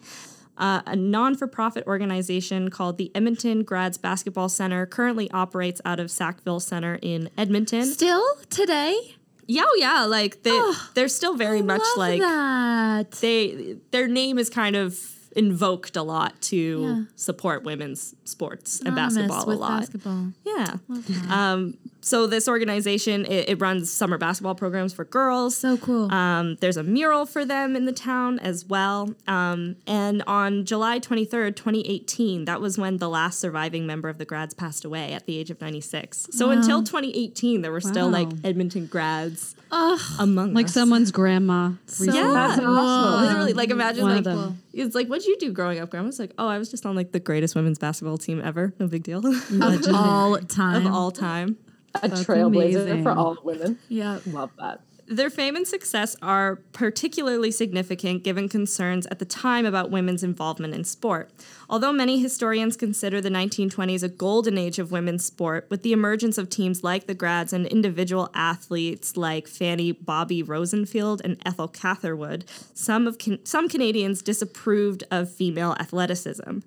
Speaker 7: Uh, a non for profit organization called the Edmonton Grads Basketball Center currently operates out of Sackville Center in Edmonton.
Speaker 2: Still today?
Speaker 7: Yeah, oh, yeah. Like they, they're still very much
Speaker 2: Love
Speaker 7: like
Speaker 2: that.
Speaker 7: they. Their name is kind of invoked a lot to
Speaker 2: Yeah.
Speaker 7: support women's sports and
Speaker 2: Anonymous
Speaker 7: basketball a
Speaker 2: with
Speaker 7: lot.
Speaker 2: Basketball.
Speaker 7: Yeah.
Speaker 2: Love that.
Speaker 7: Um, so this organization it, it runs summer basketball programs for girls.
Speaker 2: So cool.
Speaker 7: Um, there's a mural for them in the town as well. Um, and on July 23rd, 2018, that was when the last surviving member of the grads passed away at the age of 96. So until 2018, there were still like
Speaker 3: Wow.
Speaker 7: Edmonton grads
Speaker 2: Ugh.
Speaker 7: among
Speaker 3: Like
Speaker 7: us.
Speaker 3: someone's grandma.
Speaker 7: Yeah,
Speaker 4: That's awesome.
Speaker 7: literally. Like imagine
Speaker 3: One
Speaker 7: like
Speaker 3: of them.
Speaker 7: it's like what would you do growing up, Grandma's like, oh, I was just on like the greatest women's basketball team ever. No big deal [LAUGHS]
Speaker 2: of all time.
Speaker 7: of all time.
Speaker 4: a trailblazer
Speaker 3: amazing.
Speaker 4: for all women.
Speaker 2: Yeah.
Speaker 4: Love that.
Speaker 7: Their fame and success are particularly significant given concerns at the time about women's involvement in sport. Although many historians consider the 1920s a golden age of women's sport, with the emergence of teams like the Grads and individual athletes like Fanny Bobby Rosenfield and Ethel Catherwood, some of Can- some Canadians disapproved of female athleticism.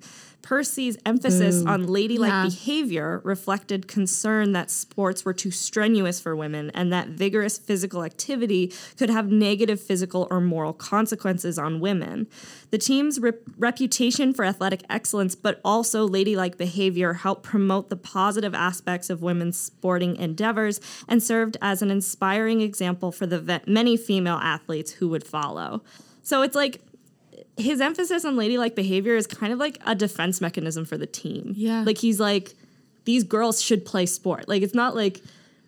Speaker 7: Percy's emphasis on ladylike
Speaker 2: Yeah.
Speaker 7: behavior reflected concern that sports were too strenuous for women and that vigorous physical activity could have negative physical or moral consequences on women. The team's rep- reputation for athletic excellence, but also ladylike behavior, helped promote the positive aspects of women's sporting endeavors and served as an inspiring example for the ve- many female athletes who would follow. So it's like his emphasis on ladylike behavior is kind of like a defense mechanism for the team.
Speaker 2: Yeah.
Speaker 7: Like he's like, these girls should play sport. Like it's not like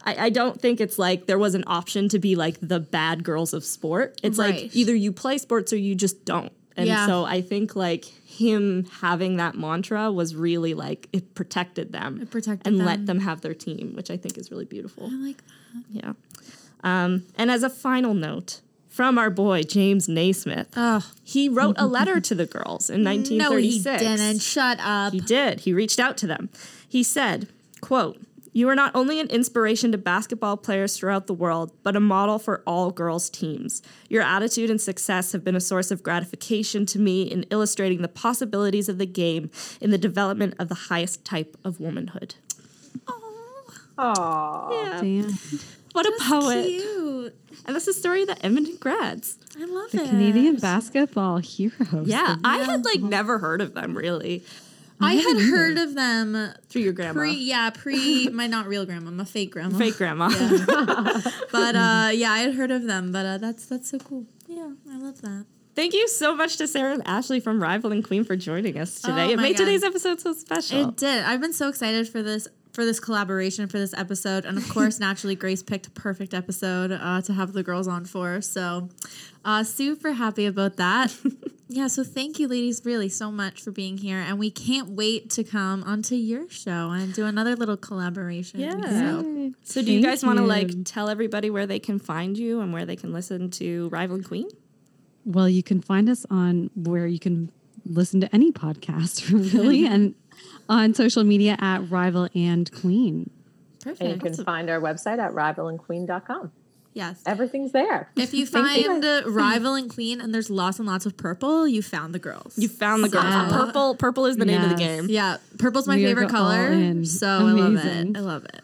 Speaker 7: I, I don't think it's like there was an option to be like the bad girls of sport. It's
Speaker 2: Right.
Speaker 7: like either you play sports or you just don't. And
Speaker 2: Yeah.
Speaker 7: so I think like him having that mantra was really like it protected them.
Speaker 2: It protected
Speaker 7: and
Speaker 2: them.
Speaker 7: let them have their team, which I think is really beautiful.
Speaker 2: I like
Speaker 7: Yeah. Um, and as a final note from our boy James Naismith,
Speaker 2: oh,
Speaker 7: he wrote a letter to the girls
Speaker 2: [LAUGHS]
Speaker 7: in
Speaker 2: No, he
Speaker 7: 1936.
Speaker 2: didn't. Shut up.
Speaker 7: He did. He reached out to them. He said, quote, you are not only an inspiration to basketball players throughout the world, but a model for all girls' teams. Your attitude and success have been a source of gratification to me in illustrating the possibilities of the game in the development of the highest type of womanhood.
Speaker 4: Aww.
Speaker 7: Yeah.
Speaker 3: Damn.
Speaker 7: What a poet.
Speaker 2: Cute.
Speaker 7: And that's the story of the Edmonton grads.
Speaker 2: I love it.
Speaker 3: Canadian basketball heroes.
Speaker 7: Yeah, I had like never heard of them really
Speaker 2: I had heard of them
Speaker 7: through your grandma,
Speaker 2: pre yeah,
Speaker 7: [LAUGHS]
Speaker 2: pre my not real grandma, my fake grandma.
Speaker 7: fake [LAUGHS] grandma.
Speaker 2: But uh yeah, I had heard of them, but uh that's that's so cool. Yeah, I love that.
Speaker 7: Thank you so much to Sarah and Ashley from Rival and Queen for joining us today.
Speaker 2: Oh
Speaker 7: it
Speaker 2: my
Speaker 7: made
Speaker 2: God.
Speaker 7: today's episode so special.
Speaker 2: It did. I've been so excited for this for this collaboration for this episode, and of course, naturally, Grace picked a perfect episode uh, to have the girls on for. So, uh, super happy about that. yeah. So, thank you, ladies, really so much for being here, and we can't wait to come onto your show and do another little collaboration.
Speaker 7: Yeah.
Speaker 2: So-
Speaker 7: so, do you guys want to
Speaker 3: you.
Speaker 7: like tell everybody where they can find you and where they can listen to Rival and Queen?
Speaker 3: Well, you can find us on where you can listen to any podcast, [LAUGHS]
Speaker 7: [LAUGHS]
Speaker 3: really, and on social media at Rival and Queen.
Speaker 4: And you can
Speaker 2: perfect.
Speaker 4: find our website at rivalandqueen.com.
Speaker 2: Yes.
Speaker 4: Everything's there.
Speaker 2: If you
Speaker 4: Thank you.
Speaker 2: find uh, Rival and Clean and there's lots and lots of purple, you found the girls.
Speaker 7: You found the girls.
Speaker 2: Yeah.
Speaker 7: Purple, purple is the name of the
Speaker 3: Yes.
Speaker 7: game.
Speaker 2: yeah, purple's my
Speaker 3: We are
Speaker 2: favorite
Speaker 3: go all
Speaker 2: color.
Speaker 3: in.
Speaker 2: So I love it.
Speaker 3: Amazing.
Speaker 2: I love it.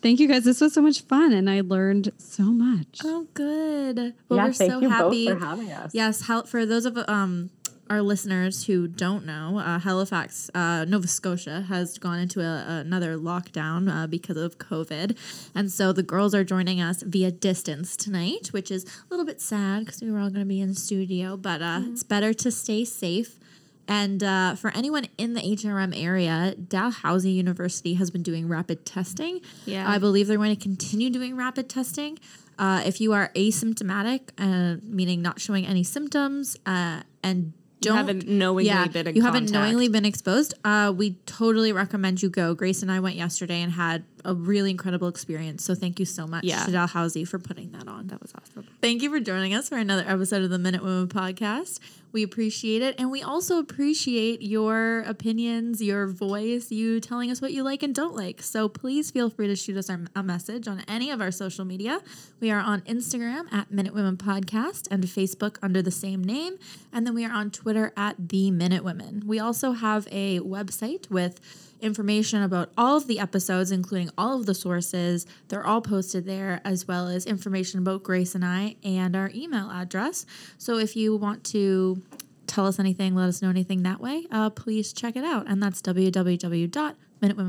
Speaker 3: Thank you guys. This was so much fun, and I learned so much.
Speaker 2: Oh, good. Well,
Speaker 4: yeah,
Speaker 2: we're
Speaker 4: thank
Speaker 2: so
Speaker 4: you
Speaker 2: happy.
Speaker 4: both for having us.
Speaker 2: yes, Hal- for those of um our listeners who don't know, uh, Halifax, uh, Nova Scotia has gone into a, another lockdown uh, because of COVID, and so the girls are joining us via distance tonight, which is a little bit sad because we were all going to be in the studio. But uh, it's
Speaker 4: Mm-hmm.
Speaker 2: better to stay safe. And uh, for anyone in the HRM area, Dalhousie University has been doing rapid testing.
Speaker 7: Yeah.
Speaker 2: I believe they're going to continue doing rapid testing. Uh, if you are asymptomatic, uh, meaning not showing any symptoms, uh, and don't
Speaker 7: haven't knowingly been in
Speaker 2: you haven't
Speaker 7: contact.
Speaker 2: knowingly been exposed, uh, we totally recommend you go. Grace and I went yesterday and had a really incredible experience. So thank you so much
Speaker 7: Yeah.
Speaker 2: to Dalhousie for putting that on.
Speaker 7: That was awesome.
Speaker 2: Thank you for joining us for another episode of the Minute Woman podcast. We appreciate it. And we also appreciate your opinions, your voice, you telling us what you like and don't like. So please feel free to shoot us our, a message on any of our social media. We are on Instagram at Minute Women Podcast and Facebook under the same name. And then we are on Twitter at The Minute Women. We also have a website with information about all of the episodes, including all of the sources. They're all posted there, as well as information about Grace and I and our email address. So if you want to tell us anything, let us know anything that way, uh, please check it out. And that's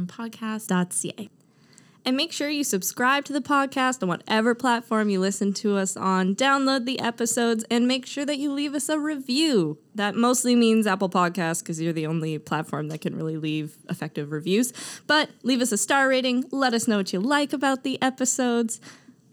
Speaker 2: www.minutewomenpodcast.ca.
Speaker 7: And make sure you subscribe to the podcast on whatever platform you listen to us on. Download the episodes and make sure that you leave us a review. That mostly means Apple Podcasts because you're the only platform that can really leave effective reviews. But leave us a star rating. Let us know what you like about the episodes.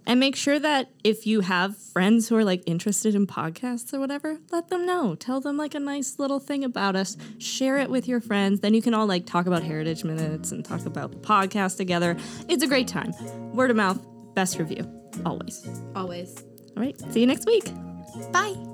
Speaker 7: And make sure that if you have friends who are like interested in podcasts or whatever, let them know. Tell them like a nice little thing about us. Share it with your friends. Then you can all like talk about Heritage Minutes and talk about the podcast together. It's a great time. Word of mouth, best review, always.
Speaker 8: Always.
Speaker 7: All right. See you next week.
Speaker 2: Bye.